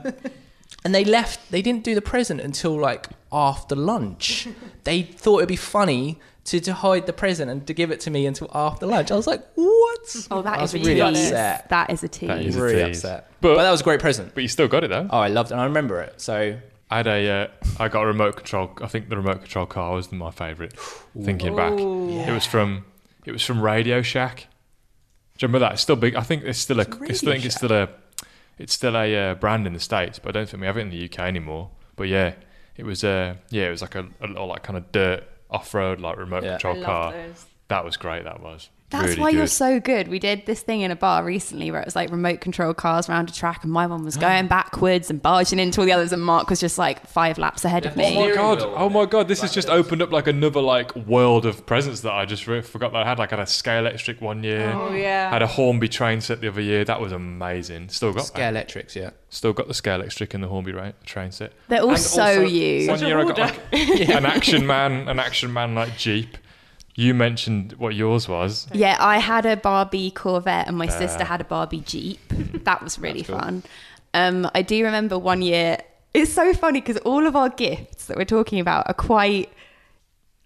Speaker 3: and they left. They didn't do the present until like after lunch. They thought it'd be funny to, to hide the present and to give it to me until after lunch. I was like, what?
Speaker 2: Oh, that
Speaker 3: I
Speaker 2: is
Speaker 3: was
Speaker 2: a
Speaker 3: really
Speaker 2: tease.
Speaker 3: upset.
Speaker 2: That is a tease.
Speaker 4: That is a
Speaker 3: Really
Speaker 4: tease.
Speaker 3: upset.
Speaker 4: But-
Speaker 3: But, that was a great present.
Speaker 4: but you still got it though.
Speaker 3: Oh, I loved it. And I remember it. So
Speaker 4: I had a, uh, I got a remote control. I think the remote control car was my favourite. Thinking back, it was from, it was from Radio Shack. Do you remember that? It's still big. I think it's still a.
Speaker 3: It's
Speaker 4: It's still, I think
Speaker 3: Radio
Speaker 4: it's still a, it's still a uh, brand in the states, but I don't think we have it in the UK anymore. But yeah, it was uh, yeah, it was like a, a little like kind of dirt off road like remote
Speaker 3: Yeah.
Speaker 1: I
Speaker 4: control car.
Speaker 1: love those.
Speaker 4: That was great. That was.
Speaker 2: That's
Speaker 4: really
Speaker 2: why
Speaker 4: good.
Speaker 2: you're so good. We did this thing in a bar recently where it was like remote control cars around a track, and my one
Speaker 4: [GASPS]
Speaker 2: was going backwards and barging into all the others, and Mark was just like five laps ahead of
Speaker 4: Oh my
Speaker 2: me.
Speaker 3: Steering
Speaker 4: god!
Speaker 3: wheel,
Speaker 4: Oh my god! This
Speaker 3: like
Speaker 4: has just
Speaker 3: this.
Speaker 4: opened up like another like world of presents that I just re- forgot that I had. Like I had a scale electric one year.
Speaker 1: Oh, yeah.
Speaker 4: Had a Hornby train set the other year. That was amazing. Still got
Speaker 3: Scare Electrics, yeah.
Speaker 4: still got the scale electric and the Hornby ra- train set.
Speaker 2: They're all
Speaker 3: And
Speaker 2: so
Speaker 3: also-
Speaker 2: you.
Speaker 4: one
Speaker 1: Such a
Speaker 4: year I got
Speaker 1: hoarder.
Speaker 4: like [LAUGHS] an
Speaker 1: [LAUGHS]
Speaker 4: action man, an action man like Jeep. You mentioned what yours was.
Speaker 2: Yeah, I had a Barbie Corvette and my sister had a Barbie
Speaker 3: [LAUGHS]
Speaker 2: Jeep. That was really
Speaker 3: That's cool.
Speaker 2: fun. Um, I do remember one year. It's so funny because all of our gifts that we're talking about are quite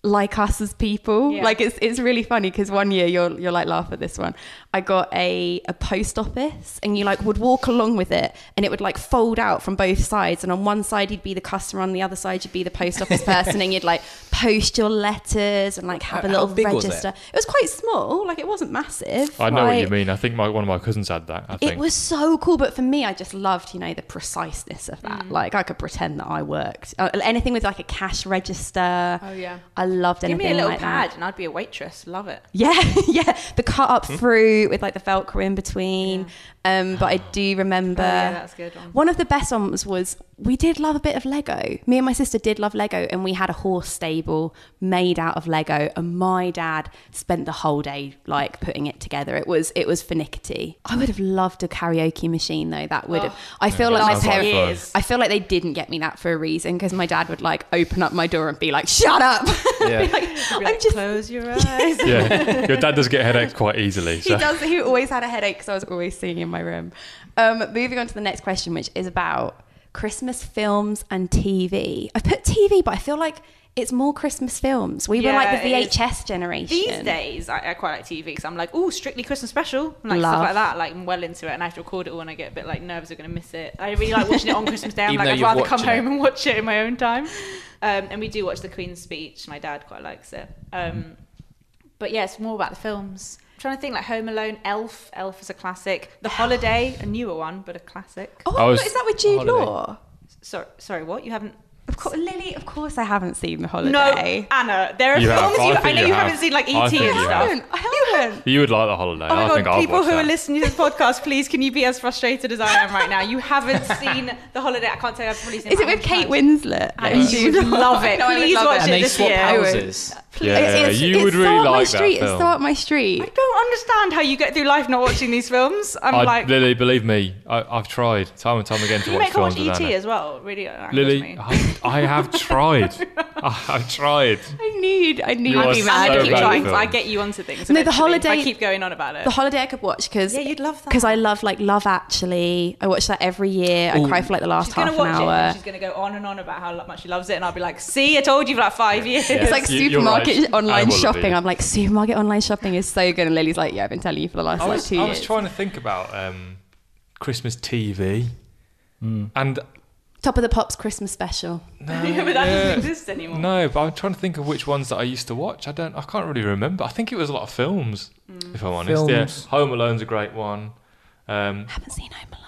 Speaker 2: like us as people.
Speaker 1: Yeah.
Speaker 2: Like it's it's really funny because one year you'll you'll like laugh at this one. I got a a post office and you like would walk along with it and it would like fold out from both sides and on one side you'd be the customer on the other side you'd be the post
Speaker 3: [LAUGHS]
Speaker 2: office person and you'd like post your letters and like have a
Speaker 3: How- how
Speaker 2: little
Speaker 3: big was it?
Speaker 2: register. It was quite small, like it wasn't massive.
Speaker 4: I know what you
Speaker 2: Like,
Speaker 4: mean. I think my one of my cousins had that. I think
Speaker 2: It was so cool, but for me, I just loved, you know, the preciseness of
Speaker 1: Mm.
Speaker 2: that. Like I could pretend that I worked. Uh, anything with like a cash register.
Speaker 1: Oh, yeah.
Speaker 2: I loved
Speaker 1: Give
Speaker 2: anything
Speaker 1: me a little
Speaker 2: like
Speaker 1: pad,
Speaker 2: that.
Speaker 1: and I'd be a waitress. Love it.
Speaker 2: Yeah, [LAUGHS] yeah. The cut up
Speaker 4: Hmm?
Speaker 2: through with like the Velcro in between. Um, but I do remember
Speaker 1: Oh, yeah, that's a good one.
Speaker 2: one of the best ones was we did love a bit of Lego. Me and my sister did love Lego, and we had a horse stable made out of Lego. And my dad spent the whole day like putting it together. It was it was finicky. I would have loved a karaoke machine though. That would have. I feel
Speaker 4: that
Speaker 2: like my
Speaker 4: sounds like
Speaker 2: parents.
Speaker 4: fun.
Speaker 1: Years.
Speaker 2: I feel like they didn't get me that for a reason because my dad would like open up my door and be like, "Shut up!" [LAUGHS]
Speaker 3: Yeah.
Speaker 2: Be [LAUGHS] like,
Speaker 1: Be
Speaker 2: I'm
Speaker 1: like,
Speaker 2: just.
Speaker 1: close
Speaker 2: [LAUGHS]
Speaker 1: your eyes. [LAUGHS]
Speaker 4: Yeah, your dad does get headaches quite easily.
Speaker 2: He
Speaker 4: So.
Speaker 2: does. He always had a headache because I was always singing in my room. Um, moving on to the next question, which is about Christmas films and TV. I put TV, but I feel like it's more Christmas films. We
Speaker 1: Yeah,
Speaker 2: were like the
Speaker 1: it is.
Speaker 2: VHS generation.
Speaker 1: These days, I, I quite like TV because I'm like, oh, strictly Christmas special, and like
Speaker 2: Love.
Speaker 1: stuff like that. Like I'm well into it, and I have to record it all, and I get a bit like nervous. I'm gonna miss it. I really like watching it on Christmas Day. I'm
Speaker 3: Even
Speaker 1: like,
Speaker 3: though
Speaker 1: I'd rather
Speaker 3: you're
Speaker 1: come
Speaker 3: watching it.
Speaker 1: home and watch it in my own time. Um, and we do watch the Queen's Speech. My dad quite likes it. Um, but yeah, it's more about the films. I'm trying to think like Home Alone, Elf. Elf is a classic.
Speaker 3: [GASPS]
Speaker 1: The Holiday, a newer one, but a classic.
Speaker 2: Oh,
Speaker 4: I was-
Speaker 2: is that with Jude
Speaker 3: Holiday.
Speaker 2: Law?
Speaker 1: Sorry, sorry, what? You haven't?
Speaker 2: Of course, Lily. Of course, I haven't seen the
Speaker 1: No,
Speaker 2: holiday.
Speaker 1: Anna. There are
Speaker 4: You have.
Speaker 1: films
Speaker 4: I
Speaker 1: you. I
Speaker 4: think
Speaker 1: know
Speaker 4: you
Speaker 1: you
Speaker 4: have.
Speaker 1: haven't seen like
Speaker 4: I
Speaker 1: ET and
Speaker 4: think you have.
Speaker 1: stuff.
Speaker 2: I haven't.
Speaker 4: You would like the holiday.
Speaker 1: Oh my
Speaker 4: I
Speaker 1: god,
Speaker 4: think I'll
Speaker 1: people
Speaker 4: watch
Speaker 1: who
Speaker 4: that.
Speaker 1: are listening to this podcast, please can you be as frustrated as I am right now? You
Speaker 4: [LAUGHS]
Speaker 1: haven't seen The Holiday. I can't tell you, I've probably seen
Speaker 2: Is it
Speaker 1: that
Speaker 2: with Kate
Speaker 1: hundred times.
Speaker 2: Winslet?
Speaker 1: And you would love it.
Speaker 2: No, I would
Speaker 1: please
Speaker 2: love
Speaker 1: watch
Speaker 2: it.
Speaker 1: it
Speaker 3: and they
Speaker 1: this
Speaker 3: swap
Speaker 1: year.
Speaker 2: I would.
Speaker 3: houses.
Speaker 4: Yeah, you would
Speaker 2: it's
Speaker 4: really
Speaker 2: so up my
Speaker 4: like that
Speaker 2: street. It's
Speaker 4: film.
Speaker 2: so up my street.
Speaker 1: I don't understand how you get through life not watching these films. I'm
Speaker 4: I,
Speaker 1: like,
Speaker 4: Lily, believe me, I, I've tried time and time again to
Speaker 1: you
Speaker 4: watch
Speaker 1: make her
Speaker 4: films
Speaker 1: watch
Speaker 4: with
Speaker 1: ET
Speaker 4: Anna.
Speaker 1: as well. Really, angers
Speaker 4: Lily,
Speaker 1: me.
Speaker 4: I, I
Speaker 1: [LAUGHS]
Speaker 4: have tried. I, I tried.
Speaker 2: I need. I need
Speaker 4: You
Speaker 2: to
Speaker 4: are
Speaker 2: be
Speaker 4: so
Speaker 2: mad
Speaker 1: Anna,
Speaker 2: at
Speaker 1: keep
Speaker 4: bad at
Speaker 1: trying.
Speaker 4: films.
Speaker 1: I get you onto things.
Speaker 2: No, the
Speaker 1: eventually if
Speaker 2: Holiday-
Speaker 1: I keep going on about it.
Speaker 2: The holiday I could watch because
Speaker 1: Yeah, you'd love that.
Speaker 2: because I love like Love Actually. I watch that every year. I
Speaker 3: Ooh.
Speaker 2: cry for like the last
Speaker 1: she's
Speaker 2: half
Speaker 1: gonna watch
Speaker 2: an
Speaker 1: it.
Speaker 2: hour.
Speaker 1: And she's gonna go on and on about how lo- much she loves it, and I'll be like, "See, I told you for like five years."
Speaker 2: It's like
Speaker 4: You- you're
Speaker 2: supermarket
Speaker 4: right. I
Speaker 2: online
Speaker 4: will have
Speaker 2: shopping.
Speaker 4: been.
Speaker 2: I'm like supermarket online shopping is so good, and Lily's like, yeah, I've been telling you for the last
Speaker 4: I
Speaker 2: like
Speaker 4: was,
Speaker 2: two
Speaker 4: I
Speaker 2: years.
Speaker 4: was trying to think about um, Christmas TV, and
Speaker 2: Top of the Pops Christmas special.
Speaker 1: [LAUGHS]
Speaker 4: no,
Speaker 1: but that doesn't
Speaker 4: yeah.
Speaker 1: exist anymore.
Speaker 4: no, but I'm trying to think of which ones that I used to watch. I don't. I can't really remember. I think it was a lot of films,
Speaker 3: Hmm.
Speaker 4: if I'm honest.
Speaker 3: Films.
Speaker 4: Yeah, Home Alone's a great one. Um,
Speaker 2: I haven't seen Home Alone.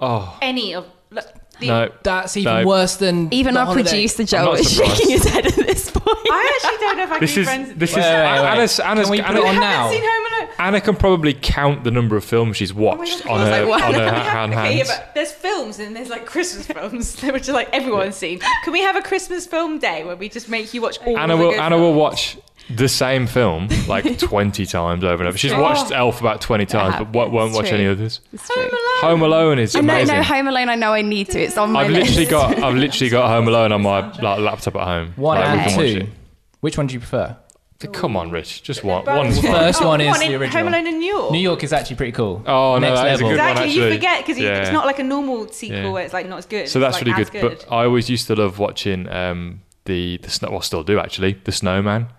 Speaker 4: oh
Speaker 1: Any of look, the
Speaker 4: no,
Speaker 3: That's even
Speaker 4: No.
Speaker 3: worse than
Speaker 2: Even
Speaker 3: The
Speaker 2: our
Speaker 3: Holiday.
Speaker 2: producer
Speaker 4: I'm
Speaker 2: Joel
Speaker 4: not
Speaker 2: is
Speaker 4: surprised.
Speaker 2: shaking his head at this point.
Speaker 1: I actually don't know if I can
Speaker 4: this
Speaker 1: be
Speaker 4: is
Speaker 1: friends.
Speaker 4: this is
Speaker 3: Wait, wait, wait, wait.
Speaker 4: Anna's, Anna's,
Speaker 3: Can we put
Speaker 4: Anna's,
Speaker 3: it on
Speaker 1: I
Speaker 3: now? Oh
Speaker 1: haven't seen Home Alone.
Speaker 4: Anna can probably count the number of films she's watched
Speaker 1: God.
Speaker 4: on
Speaker 2: I was
Speaker 4: her,
Speaker 2: like,
Speaker 1: [LAUGHS]
Speaker 2: wow.
Speaker 3: [LAUGHS]
Speaker 4: on her
Speaker 2: Can
Speaker 4: hand
Speaker 1: Okay, yeah,
Speaker 4: hands.
Speaker 1: but there's films and there's like Christmas films, [LAUGHS] which are like everyone's seen. Can we have a Christmas film day where we just make you watch all
Speaker 4: Anna
Speaker 1: the
Speaker 4: will
Speaker 1: good
Speaker 4: Anna
Speaker 1: films?
Speaker 4: will watch the same film like 20 times over and over. She's watched Elf about 20 times, but won't, won't
Speaker 2: It's
Speaker 4: watch
Speaker 2: true.
Speaker 4: any others.
Speaker 2: It's
Speaker 1: Home
Speaker 2: true.
Speaker 1: Alone.
Speaker 4: Home Alone is
Speaker 2: I know,
Speaker 4: amazing.
Speaker 2: no, Home Alone. I know I need to. It's on my
Speaker 4: I've
Speaker 2: list.
Speaker 4: literally got I've literally got Home Alone on my like, laptop at home.
Speaker 3: One
Speaker 4: Like, we
Speaker 3: and
Speaker 4: can watch
Speaker 3: two. Which one do you prefer?
Speaker 4: it. Come on, Rich, just one.
Speaker 1: Both- [LAUGHS]
Speaker 4: One's
Speaker 3: The
Speaker 4: fine.
Speaker 3: first
Speaker 1: Oh,
Speaker 3: one
Speaker 1: come
Speaker 3: is
Speaker 1: on, in
Speaker 3: the original.
Speaker 1: Home Alone in New York.
Speaker 3: New York is actually pretty cool.
Speaker 4: Oh, no,
Speaker 3: Next
Speaker 4: that is a
Speaker 3: level.
Speaker 4: good one.
Speaker 1: Exactly, you
Speaker 4: actually.
Speaker 1: forget because it's
Speaker 4: Yeah.
Speaker 1: not like a normal sequel
Speaker 4: Yeah.
Speaker 1: where it's like not as good.
Speaker 4: So that's
Speaker 1: it's, like,
Speaker 4: really
Speaker 1: as
Speaker 4: good. But I always used to love watching um, the the snow. Well, still do actually. The Snowman.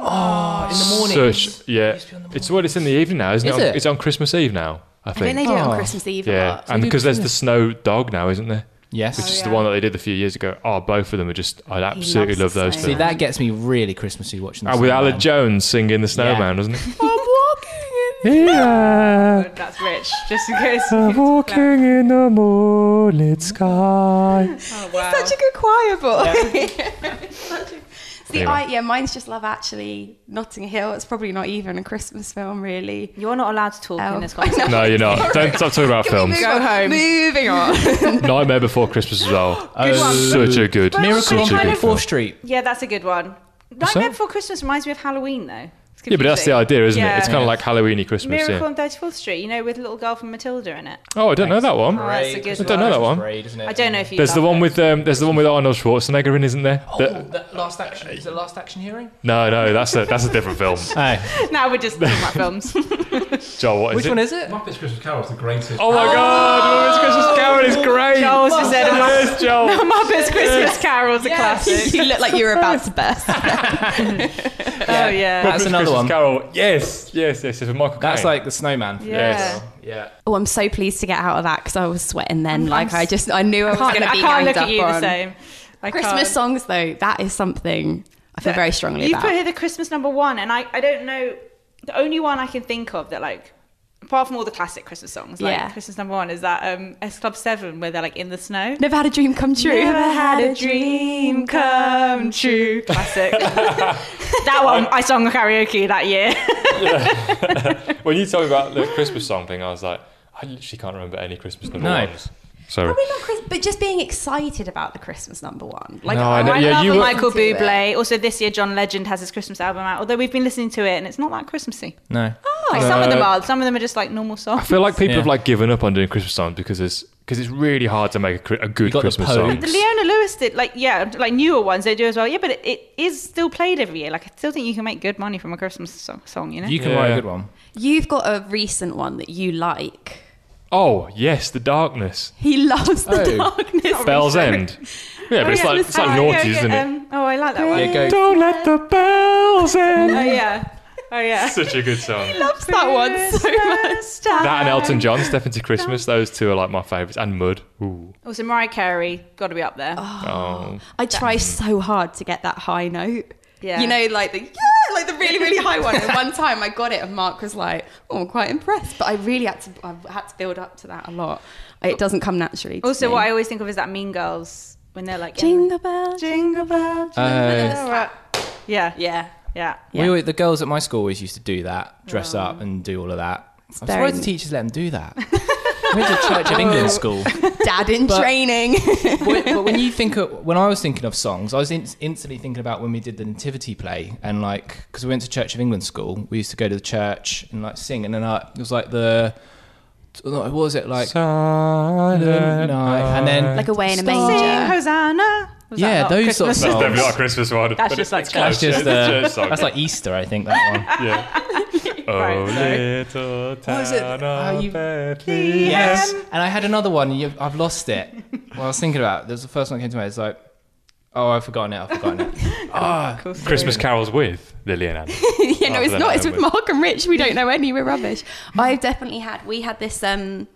Speaker 3: Oh, in the morning.
Speaker 4: Such yeah. It's well, it's in the evening now, isn't
Speaker 3: Is
Speaker 4: it?
Speaker 3: it?
Speaker 4: It's on Christmas Eve now. I
Speaker 2: I think
Speaker 4: think.
Speaker 2: they do it on
Speaker 3: Oh.
Speaker 2: Christmas Eve. a
Speaker 4: yeah,
Speaker 2: lot.
Speaker 4: and because there's the snow dog now, isn't there?
Speaker 3: Yes.
Speaker 4: Which is
Speaker 1: yeah.
Speaker 4: the one that they did a few years ago. Oh, both of them are just. I absolutely love
Speaker 2: loves the
Speaker 4: those
Speaker 2: snow.
Speaker 3: See,
Speaker 4: films.
Speaker 3: that gets me really Christmassy watching.
Speaker 4: And with Alan
Speaker 3: Alan
Speaker 4: Jones singing the Snowman,
Speaker 2: [LAUGHS]
Speaker 4: doesn't it?
Speaker 2: I'm
Speaker 4: [LAUGHS]
Speaker 2: walking in.
Speaker 4: Yeah,
Speaker 1: good. That's rich. Just
Speaker 4: [LAUGHS]
Speaker 1: in case.
Speaker 4: in the moonlit sky.
Speaker 1: Oh, wow.
Speaker 2: Such a good choir boy.
Speaker 1: [LAUGHS]
Speaker 2: See,
Speaker 4: Anyway.
Speaker 2: I, yeah, mine's just Love Actually, Notting Hill. It's probably not even a Christmas film, really.
Speaker 1: You're not allowed to talk
Speaker 2: Oh.
Speaker 1: in this conversation.
Speaker 4: [LAUGHS] No, you're not. Don't stop talking about films.
Speaker 2: Moving
Speaker 1: Go
Speaker 2: on.
Speaker 1: home. [LAUGHS]
Speaker 2: Moving on.
Speaker 4: Nightmare Before Christmas as well.
Speaker 1: Good one.
Speaker 4: Such a good.
Speaker 3: Miracle on
Speaker 4: such a
Speaker 3: 34th
Speaker 4: good film.
Speaker 3: Street.
Speaker 1: Yeah, that's a good one.
Speaker 4: that?
Speaker 1: Nightmare Before Christmas reminds me of Halloween though. It's
Speaker 4: Yeah, but that's the
Speaker 1: confusing.
Speaker 4: idea, isn't it?
Speaker 1: Yeah.
Speaker 4: It's kind of like Halloweeny Christmas.
Speaker 1: Miracle
Speaker 4: Yeah.
Speaker 1: on 34th Street, you know, with little girl from Matilda in it.
Speaker 4: Oh, I don't know that one.
Speaker 1: that's a good
Speaker 4: I don't know that one.
Speaker 3: Parade, isn't it?
Speaker 1: I don't know if you.
Speaker 4: There's the
Speaker 1: love
Speaker 4: one
Speaker 1: it.
Speaker 4: with um, there's the one with Arnold Schwarzenegger in, isn't there?
Speaker 3: Oh,
Speaker 4: That-
Speaker 3: the last action. Is it last action hearing?
Speaker 4: no, no, that's a that's a different film.
Speaker 3: Oh,
Speaker 1: now we're just talking about
Speaker 2: [LAUGHS]
Speaker 1: films.
Speaker 4: Joel, what is
Speaker 3: which
Speaker 4: it?
Speaker 3: one is it?
Speaker 5: Muppets Christmas Carol is the greatest.
Speaker 4: Oh my God, Muppets Christmas Carol is great.
Speaker 1: Joel's just said Muppet- [LAUGHS]
Speaker 4: Yes, Joel.
Speaker 1: Muppets Christmas Carol's a classic.
Speaker 2: you look like you were about to burst.
Speaker 1: Oh yeah.
Speaker 3: That's
Speaker 4: Muppets
Speaker 3: another
Speaker 4: Christmas
Speaker 3: one.
Speaker 4: Carol. Yes, yes, yes. It's with Michael.
Speaker 3: That's
Speaker 4: Caine.
Speaker 3: like the snowman.
Speaker 1: Yeah.
Speaker 4: yes.
Speaker 3: Yeah.
Speaker 2: [LAUGHS] Oh, I'm so pleased to get out of that because I was sweating then.
Speaker 1: I'm-
Speaker 2: like,
Speaker 1: I'm
Speaker 2: i just, I knew I was
Speaker 1: I
Speaker 2: going to
Speaker 1: can't I
Speaker 2: be
Speaker 1: can't
Speaker 2: ganged
Speaker 1: look
Speaker 2: up
Speaker 1: at you
Speaker 2: on.
Speaker 1: the same. I
Speaker 2: Christmas
Speaker 1: can't.
Speaker 2: songs, though, that is something I feel very strongly
Speaker 1: You
Speaker 2: about.
Speaker 1: put here the Christmas number one, and I I don't know the only one I can think of that like. Apart from all the classic Christmas songs, like
Speaker 2: Yeah.
Speaker 1: Christmas number one is that um, S Club Seven where they're like in the snow.
Speaker 2: Never had a dream come true.
Speaker 1: come true.
Speaker 2: [LAUGHS]
Speaker 1: Classic. that one I sung karaoke that year.
Speaker 4: When you told me about the Christmas song thing, I was like, I literally can't remember any Christmas number
Speaker 3: No.
Speaker 4: ones. Sorry.
Speaker 2: Probably not Chris- but just being excited about the Christmas number one. Like,
Speaker 4: No,
Speaker 2: I,
Speaker 4: I know-
Speaker 1: I
Speaker 4: yeah,
Speaker 1: love
Speaker 4: you were-
Speaker 1: Michael
Speaker 2: To it.
Speaker 1: Bublé. Also, this year John Legend has his Christmas album out. Although we've been listening to it, and it's not that Christmassy.
Speaker 3: No.
Speaker 1: Like some of them
Speaker 4: Uh,
Speaker 1: are. Some of them are just like normal songs.
Speaker 4: I feel like people
Speaker 3: Yeah.
Speaker 4: have like given up on doing Christmas songs because it's because it's really hard to make a, cri- a good
Speaker 3: got the
Speaker 4: Christmas
Speaker 3: Pogues.
Speaker 4: song.
Speaker 1: The Leona Lewis did, like, yeah, like newer ones they do as well. Yeah, but it, it is still played every year. Like, I still think you can make good money from a Christmas so- song, you know?
Speaker 3: You can
Speaker 4: Yeah.
Speaker 3: write a good one.
Speaker 2: You've got a recent one that you like.
Speaker 4: Oh yes, the darkness,
Speaker 2: He loves the
Speaker 3: Oh.
Speaker 2: darkness.
Speaker 1: [LAUGHS]
Speaker 4: Bell's End. Yeah, but
Speaker 1: Oh,
Speaker 4: it's
Speaker 1: yeah,
Speaker 4: like it's like
Speaker 1: oh,
Speaker 4: naughty,
Speaker 1: yeah, yeah,
Speaker 4: isn't it?
Speaker 1: um, oh, I like that one.
Speaker 3: Yeah, go.
Speaker 4: Don't let the
Speaker 1: [LAUGHS]
Speaker 4: bells
Speaker 1: Oh,
Speaker 4: end.
Speaker 1: yeah. Oh, yeah.
Speaker 4: Such a good song.
Speaker 2: loves that one so
Speaker 4: That and Elton John, Step Into Christmas. Those two are like my favourites. And Mud. Ooh.
Speaker 1: Also, Mariah Carey, got to be up there.
Speaker 4: Oh.
Speaker 2: I try so hard to get that high note.
Speaker 1: Yeah.
Speaker 2: You know, like the yeah, like the really really high one. And one time I got it, and Mark was like, "Oh, I'm quite impressed." But I really had to, I had to build up to that a lot. It doesn't come naturally. To
Speaker 1: Also,
Speaker 2: me.
Speaker 1: what I always think of is that Mean Girls when they're like,
Speaker 2: jingle bell,
Speaker 1: jingle bell, jingle
Speaker 3: Uh,
Speaker 1: bell. Yeah,
Speaker 2: yeah.
Speaker 1: yeah.
Speaker 2: Yeah.
Speaker 3: We always, the girls at my school always used to do that, dress
Speaker 1: Oh.
Speaker 3: up and do all of that. I'm
Speaker 2: very-
Speaker 3: surprised the teachers let them
Speaker 1: [LAUGHS]
Speaker 3: do that. we went to Church of
Speaker 1: Oh.
Speaker 3: England school.
Speaker 2: Dad in
Speaker 3: [LAUGHS] But-
Speaker 2: training. [LAUGHS]
Speaker 3: But, but [LAUGHS] when you think of, when I was thinking of songs, I was in, instantly thinking about when we did the nativity play and like because we went to Church of England school, we used to go to the church and like sing, and then I, it was like the what was it like
Speaker 4: Silent
Speaker 3: night, and then
Speaker 2: like away in a
Speaker 3: Stop.
Speaker 2: manger.
Speaker 1: Sing Hosanna. Was that
Speaker 3: Yeah,
Speaker 1: not
Speaker 3: those
Speaker 1: Christmas?
Speaker 3: sorts of-
Speaker 4: Definitely not a Christmas one. but
Speaker 1: just
Speaker 4: it's-
Speaker 1: like
Speaker 4: it's
Speaker 3: that's
Speaker 4: close,
Speaker 3: just
Speaker 4: yeah, it's a
Speaker 3: uh,
Speaker 4: church
Speaker 3: [LAUGHS]
Speaker 4: song.
Speaker 3: that's like Easter, I think that one.
Speaker 4: yeah.
Speaker 1: [LAUGHS]
Speaker 4: Oh, little town
Speaker 3: was it? Are you-
Speaker 4: of Bethlehem.
Speaker 3: And I had another one. You, I've lost it. Well, I was thinking about. It. There was the first one that came to mind. It's like, oh, I've forgotten it. I've forgotten
Speaker 2: [LAUGHS]
Speaker 3: it.
Speaker 4: Christmas carols with
Speaker 3: [LAUGHS]
Speaker 4: Lily and Anna.
Speaker 2: yeah, no,
Speaker 4: Rather
Speaker 2: it's
Speaker 4: than
Speaker 2: not. It's
Speaker 4: Owen.
Speaker 2: with Mark and Rich. We don't know any. We're
Speaker 3: [LAUGHS]
Speaker 2: rubbish. I've definitely had. We had this. Um,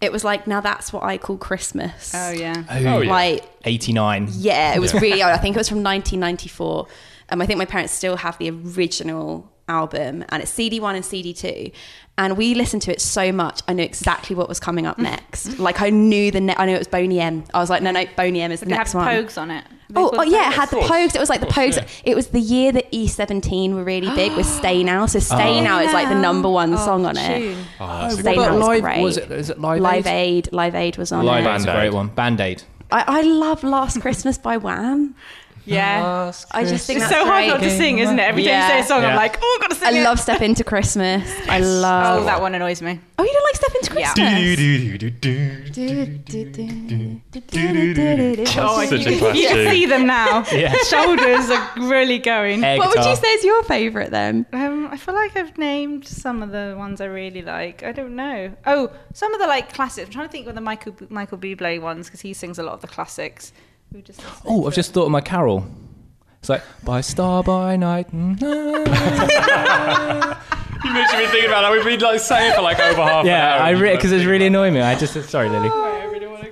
Speaker 2: it was like now that's what I call Christmas.
Speaker 1: Oh yeah.
Speaker 4: Oh, yeah.
Speaker 2: Like
Speaker 3: Eighty-nine.
Speaker 2: yeah, it was
Speaker 4: Yeah.
Speaker 2: really
Speaker 4: [LAUGHS]
Speaker 2: old. I think it was from 1994. Um, I think my parents still have the original album, and it's CD one and CD two. And we listened to it so much, I knew exactly what was coming
Speaker 1: Mm.
Speaker 2: up next. Like I knew the ne- I knew it was Boney M. I was like, no, no, Boney M is the
Speaker 1: Did it have
Speaker 2: next one.
Speaker 1: Pogues on it? They
Speaker 2: Oh,
Speaker 1: called
Speaker 2: oh yeah, it
Speaker 1: Pogues?
Speaker 2: had the
Speaker 4: Of course.
Speaker 2: Pogues. It was like the
Speaker 4: Of course,
Speaker 2: Pogues. It was the year that E17 were really
Speaker 1: [GASPS]
Speaker 2: big with Stay Now. So Stay Now is like the number one song on it.
Speaker 1: Tune.
Speaker 4: Oh, that's a
Speaker 2: Stay
Speaker 4: good
Speaker 2: Now
Speaker 3: But
Speaker 2: was
Speaker 3: live
Speaker 2: great.
Speaker 3: was it? Is it live?
Speaker 2: Live Aid, Live Aid was on
Speaker 3: Live
Speaker 2: it.
Speaker 3: Aid a
Speaker 4: Band-Aid.
Speaker 3: great one. Band Aid.
Speaker 2: I, I love Last Christmas by Wham.
Speaker 1: Yeah.
Speaker 2: I just think
Speaker 1: It's
Speaker 2: Oh, that's
Speaker 1: so hard not to
Speaker 2: great.
Speaker 1: sing, isn't it? Every time
Speaker 2: Yeah.
Speaker 1: you say a song,
Speaker 3: Yeah.
Speaker 1: I'm like, oh, I've got to sing
Speaker 2: I
Speaker 1: it.
Speaker 2: love Step Into Christmas. I love.
Speaker 1: Oh, that one annoys me.
Speaker 2: Oh, you don't like Step Into
Speaker 1: Yeah.
Speaker 2: Christmas?
Speaker 4: Oh, I Such a
Speaker 1: [LAUGHS]
Speaker 4: class
Speaker 1: You can
Speaker 4: tune.
Speaker 1: see them now.
Speaker 3: [LAUGHS] Yeah.
Speaker 1: Shoulders are really going.
Speaker 3: Air
Speaker 2: What would
Speaker 3: guitar.
Speaker 2: you say is your favourite then?
Speaker 1: Um, I feel like I've named some of the ones I really like. I don't know. Oh, some of the like classics. I'm trying to think of the Michael Michael Bublé ones because he sings a lot of the classics. We were just listening
Speaker 3: Oh,
Speaker 1: to
Speaker 3: I've
Speaker 1: it.
Speaker 3: just thought of my carol. It's like by star by night. mm,
Speaker 2: [LAUGHS]
Speaker 3: ah.
Speaker 4: You mentioned me thinking about that. We've been like saying for like over half
Speaker 3: yeah,
Speaker 4: an hour.
Speaker 3: I because it's really annoying me. I just
Speaker 2: [LAUGHS]
Speaker 3: sorry, Lily.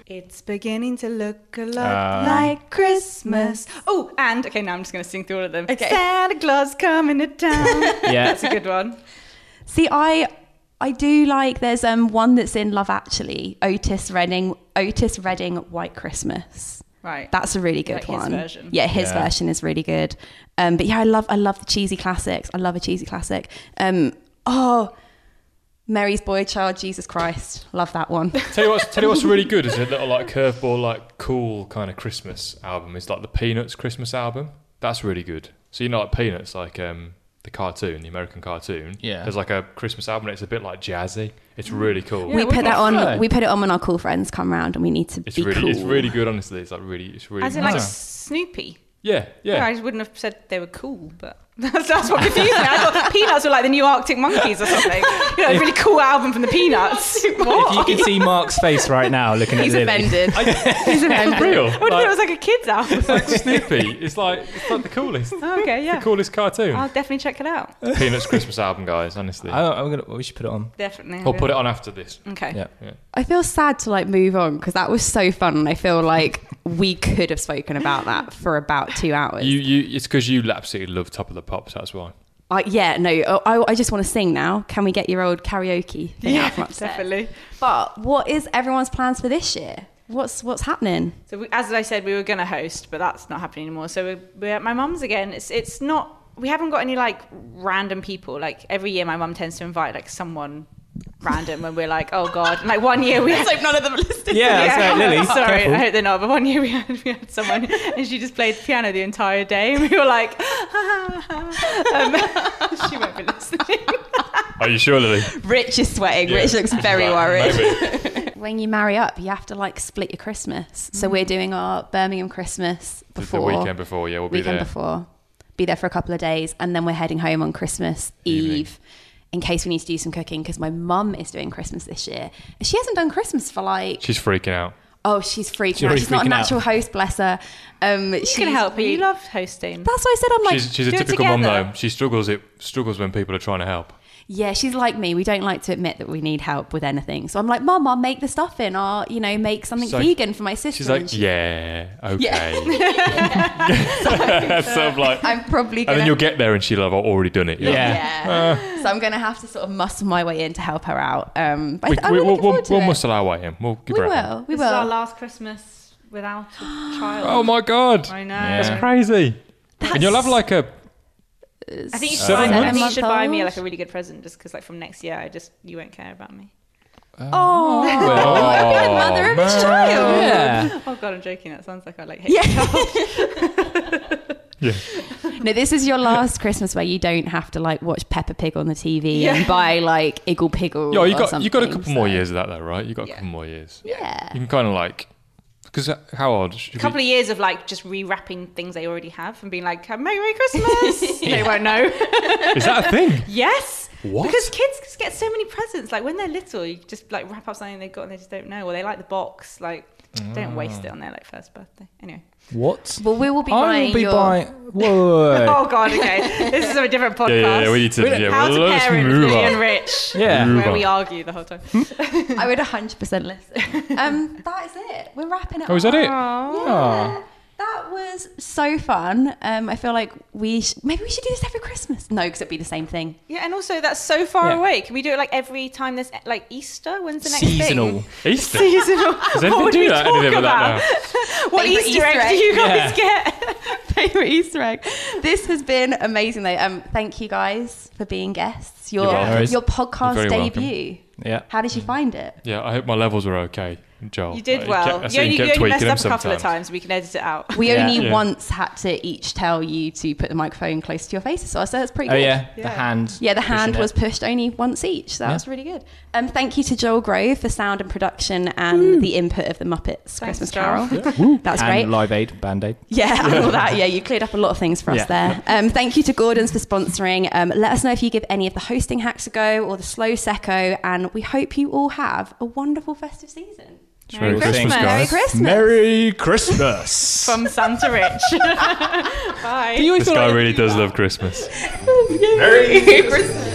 Speaker 1: It's beginning to look a lot
Speaker 4: Ah.
Speaker 3: Uh.
Speaker 1: like Christmas. Oh, and okay, now I'm just going to sing through all of them.
Speaker 2: Okay.
Speaker 1: Santa Claus coming to
Speaker 4: [LAUGHS]
Speaker 1: town.
Speaker 3: Yeah,
Speaker 1: That's a good one.
Speaker 2: See, I I do like there's um one that's in Love Actually, Otis Redding Otis Redding White Christmas.
Speaker 1: Right.
Speaker 2: That's a really good
Speaker 1: Like his
Speaker 2: one.
Speaker 1: version.
Speaker 2: Yeah, his
Speaker 3: Yeah.
Speaker 2: version is really good. Um, but yeah, I love I love the cheesy classics. I love a cheesy classic. Um, oh, Mary's Boy Child, Jesus Christ, love that
Speaker 1: [LAUGHS]
Speaker 2: one.
Speaker 4: Tell you what's tell you what's really good is a little like curveball, like cool kind of Christmas album. It's like the Peanuts Christmas album. That's really good. So you know, like Peanuts, like um, the cartoon, the American cartoon.
Speaker 3: Yeah.
Speaker 4: There's like a Christmas album. and It's a bit like jazzy. It's
Speaker 2: Mm.
Speaker 4: really cool.
Speaker 2: we put that on.
Speaker 3: Yeah.
Speaker 2: We put it on when our cool friends come round, and we need to
Speaker 4: it's
Speaker 2: be
Speaker 4: really
Speaker 2: cool.
Speaker 4: it's really good. Honestly, it's like really it's really
Speaker 1: As in,
Speaker 4: nice.
Speaker 1: like, Snoopy.
Speaker 4: yeah
Speaker 1: No, I
Speaker 4: yeah.
Speaker 1: just wouldn't have said they were cool, but [LAUGHS] that's, that's what confused me. I thought Peanuts were like the new Arctic Monkeys or something. You know, a really cool album from the
Speaker 2: [LAUGHS]
Speaker 1: Peanuts.
Speaker 3: if you can see Mark's face right now looking
Speaker 2: He's
Speaker 3: at Lily.
Speaker 2: offended. [LAUGHS]
Speaker 4: [LAUGHS] It's
Speaker 1: I
Speaker 4: real.
Speaker 1: would have thought it was
Speaker 4: Like,
Speaker 1: like a kid's
Speaker 4: [LAUGHS]
Speaker 1: album.
Speaker 4: like Snoopy. It's like it's like the coolest.
Speaker 1: okay, yeah.
Speaker 4: The coolest cartoon.
Speaker 1: I'll definitely check it out.
Speaker 4: Peanuts Christmas album, guys. Honestly,
Speaker 3: I, I'm gonna. We should put it on.
Speaker 1: Definitely.
Speaker 4: we'll put it on after this.
Speaker 2: Mm.
Speaker 1: Okay.
Speaker 3: Yeah.
Speaker 2: I feel sad to like move on because that was so fun, and I feel like we could have spoken about that for about two hours.
Speaker 4: You you. It's because you absolutely love Top of the Pops. That's why.
Speaker 2: I, yeah, no, I, I just want to sing now. Can we get your old karaoke thing
Speaker 1: Yeah,
Speaker 2: out from upstairs?
Speaker 1: [LAUGHS] definitely.
Speaker 2: But what is everyone's plans for this year? What's what's happening?
Speaker 1: So we, as I said, we were going to host, but that's not happening anymore. So we're, we're at my mum's again. It's it's not. We haven't got any like random people. Like every year, my mum tends to invite like someone random when we're like, oh god, and like one year we had.
Speaker 2: It's like none of them are listening.
Speaker 3: Yeah,
Speaker 1: [LAUGHS]
Speaker 3: that's right. Lily,
Speaker 1: Sorry,
Speaker 3: careful.
Speaker 1: I hope they're not. But one year we had, we had someone, and she just played the piano the entire day, and we were like, [LAUGHS] um, [LAUGHS] she won't be listening.
Speaker 4: Are you sure, Lily?
Speaker 2: Rich is sweating.
Speaker 4: Yeah.
Speaker 2: Rich looks very
Speaker 4: Like,
Speaker 2: worried.
Speaker 4: Maybe.
Speaker 2: When you marry up, you have to like split your Christmas. So we're doing our Birmingham Christmas
Speaker 4: The-
Speaker 2: before
Speaker 4: The weekend before, yeah, we'll be
Speaker 2: weekend
Speaker 4: there.
Speaker 2: before. Be there for a couple of days, and then we're heading home on Christmas
Speaker 4: Evening.
Speaker 2: Eve. In case we need to do some cooking, because my mum is doing Christmas this year. And She hasn't done Christmas for like
Speaker 4: She's freaking out.
Speaker 2: oh, she's freaking
Speaker 3: She's
Speaker 2: out.
Speaker 3: already
Speaker 2: She's not a
Speaker 3: freaking out.
Speaker 2: natural host, bless her. Um,
Speaker 1: She can help you. You love hosting.
Speaker 2: That's why I said I'm like
Speaker 4: She's, she's a
Speaker 1: do it
Speaker 4: typical mum
Speaker 1: together.
Speaker 4: though. She struggles it struggles when people are trying to help.
Speaker 2: Yeah, she's like me. We don't like to admit that we need help with anything. So I'm like, Mum, I'll make the stuff in, or you know, make something
Speaker 4: So-
Speaker 2: vegan for my sister.
Speaker 4: She's
Speaker 2: And
Speaker 4: like,
Speaker 2: she-
Speaker 4: yeah,
Speaker 2: Yeah. [LAUGHS]
Speaker 4: okay. [LAUGHS] so I'm like,
Speaker 2: I'm probably
Speaker 4: and
Speaker 2: gonna.
Speaker 4: then you'll get Uh. there and she'll have already done it.
Speaker 3: Yeah.
Speaker 4: [LAUGHS]
Speaker 2: yeah. so I'm gonna have to sort of muscle my way in to help her out. Um, but I
Speaker 4: We,
Speaker 2: th- I'm
Speaker 4: we,
Speaker 2: really
Speaker 4: we'll,
Speaker 2: looking
Speaker 4: we'll,
Speaker 2: forward to
Speaker 4: we'll
Speaker 2: it.
Speaker 4: muscle our way in. We'll give
Speaker 2: we
Speaker 4: her a hand.
Speaker 2: will. We
Speaker 1: this is our
Speaker 2: will.
Speaker 1: last Christmas without a
Speaker 3: [GASPS]
Speaker 1: child.
Speaker 4: Oh my god,
Speaker 1: I know.
Speaker 3: Yeah.
Speaker 4: that's crazy. And you'll have like a
Speaker 1: I think you should,
Speaker 4: Seven
Speaker 1: buy, I think you
Speaker 2: months
Speaker 1: should buy me
Speaker 2: old?
Speaker 1: like a really good present, just because like from next year, I just you won't care about me.
Speaker 2: Oh, [LAUGHS] I'll be the mother
Speaker 4: Oh,
Speaker 2: of his child.
Speaker 3: Yeah.
Speaker 1: Oh god, I'm joking. That sounds like I like hate
Speaker 2: Yeah.
Speaker 4: Yeah.
Speaker 2: No, this is your last Christmas where you don't have to like watch Peppa Pig on the TV
Speaker 1: Yeah.
Speaker 2: and buy like Iggle Piggle.
Speaker 4: Yo, you
Speaker 2: or
Speaker 4: got you got a
Speaker 2: something,
Speaker 4: couple more
Speaker 2: so-
Speaker 4: years of that though, right? You got a couple more years.
Speaker 2: Yeah.
Speaker 4: You can kind of like, because how old? Should
Speaker 1: a
Speaker 4: we-
Speaker 1: couple of years of like just rewrapping things they already have and being like, Merry
Speaker 4: [LAUGHS]
Speaker 1: Christmas. They won't know.
Speaker 4: Is that a thing?
Speaker 1: yes.
Speaker 4: What?
Speaker 1: Because kids just get so many presents. Like when they're little, you just like wrap up something they've got and they just don't know, or they like the box. Like, don't waste it
Speaker 4: Mm.
Speaker 1: on their like first birthday. Anyway.
Speaker 3: What?
Speaker 2: Well, we will be
Speaker 3: I
Speaker 2: buying
Speaker 3: will be
Speaker 2: your.
Speaker 3: buying. Whoa.
Speaker 1: Oh god. Okay. this is a different podcast.
Speaker 4: Yeah, yeah, yeah. We need to.
Speaker 3: Wait,
Speaker 4: Yeah,
Speaker 1: How
Speaker 4: well,
Speaker 1: to
Speaker 4: let's
Speaker 1: parent
Speaker 4: move
Speaker 1: Lily
Speaker 4: on.
Speaker 1: and Rich.
Speaker 3: Yeah.
Speaker 4: Move
Speaker 1: Where
Speaker 4: on.
Speaker 1: we argue the whole time.
Speaker 2: I
Speaker 4: [LAUGHS]
Speaker 2: would 100% listen. [LAUGHS] Um, that is it. We're wrapping it
Speaker 4: Oh, is
Speaker 2: up.
Speaker 4: that it?
Speaker 2: Yeah. That was so fun. Um, I feel like we sh- maybe we should do this every Christmas. No, because it'd be the same thing. [LAUGHS]
Speaker 1: Yeah, and also that's so far
Speaker 3: Yeah.
Speaker 1: away. Can we do it like every time this like Easter? When's the next
Speaker 3: Seasonal.
Speaker 1: thing?
Speaker 4: Easter.
Speaker 1: Seasonal.
Speaker 4: [LAUGHS]
Speaker 1: [LAUGHS]
Speaker 4: Does anything
Speaker 1: would we
Speaker 4: do that?
Speaker 1: talk
Speaker 4: Anything with
Speaker 1: about?
Speaker 4: that now?
Speaker 1: What
Speaker 2: Favourite
Speaker 1: Easter,
Speaker 2: Easter
Speaker 1: eggs
Speaker 2: egg?
Speaker 1: do you guys
Speaker 4: [LAUGHS]
Speaker 1: get?
Speaker 2: Favorite Easter egg. This has been amazing, though. Um, thank you guys for being guests. Your
Speaker 4: You're welcome.
Speaker 2: your
Speaker 4: You're
Speaker 2: podcast
Speaker 4: very welcome.
Speaker 2: debut.
Speaker 3: Yeah.
Speaker 2: How did you find it?
Speaker 4: Yeah, I hope my levels were okay, Joel.
Speaker 1: You
Speaker 4: I
Speaker 1: did
Speaker 4: kept-
Speaker 1: well.
Speaker 4: I see
Speaker 1: you only, you
Speaker 4: kept
Speaker 1: only messed
Speaker 4: tweaking
Speaker 1: up a
Speaker 4: them
Speaker 1: couple of
Speaker 4: sometimes.
Speaker 1: times. We can edit it out. [LAUGHS]
Speaker 2: We
Speaker 3: Yeah.
Speaker 2: only
Speaker 4: Yeah.
Speaker 2: once had to each tell you to put the microphone close to your faces, so I said it's pretty
Speaker 3: Oh
Speaker 2: good.
Speaker 3: yeah. The
Speaker 1: Yeah.
Speaker 3: hand.
Speaker 2: Yeah, the hand
Speaker 3: pushing it.
Speaker 2: was [LAUGHS] pushed only once each. So that
Speaker 3: Yeah.
Speaker 2: was really good. Um, thank you to Joel Grove for sound and production and the input of the Muppets Christmas
Speaker 1: Joel.
Speaker 2: Carol. That's
Speaker 3: and
Speaker 2: great.
Speaker 3: Live Aid, Band Aid.
Speaker 2: [LAUGHS] yeah, and all that. Yeah, you cleared up a lot of things for us
Speaker 3: Yeah.
Speaker 2: there. Um, thank you to Gordon's for sponsoring. Um, let us know if you give any of the hosting hacks a go or the slow secco, and we hope you all have a wonderful festive season.
Speaker 1: Merry
Speaker 4: Christmas,
Speaker 1: Christmas.
Speaker 4: guys.
Speaker 2: Merry Christmas.
Speaker 3: Merry Christmas.
Speaker 1: From Santa
Speaker 2: [LAUGHS]
Speaker 1: Rich. Bye.
Speaker 3: You always
Speaker 4: This
Speaker 3: feel
Speaker 1: [LAUGHS]
Speaker 4: guy
Speaker 3: like-
Speaker 4: really does love Christmas.
Speaker 2: Merry Christmas.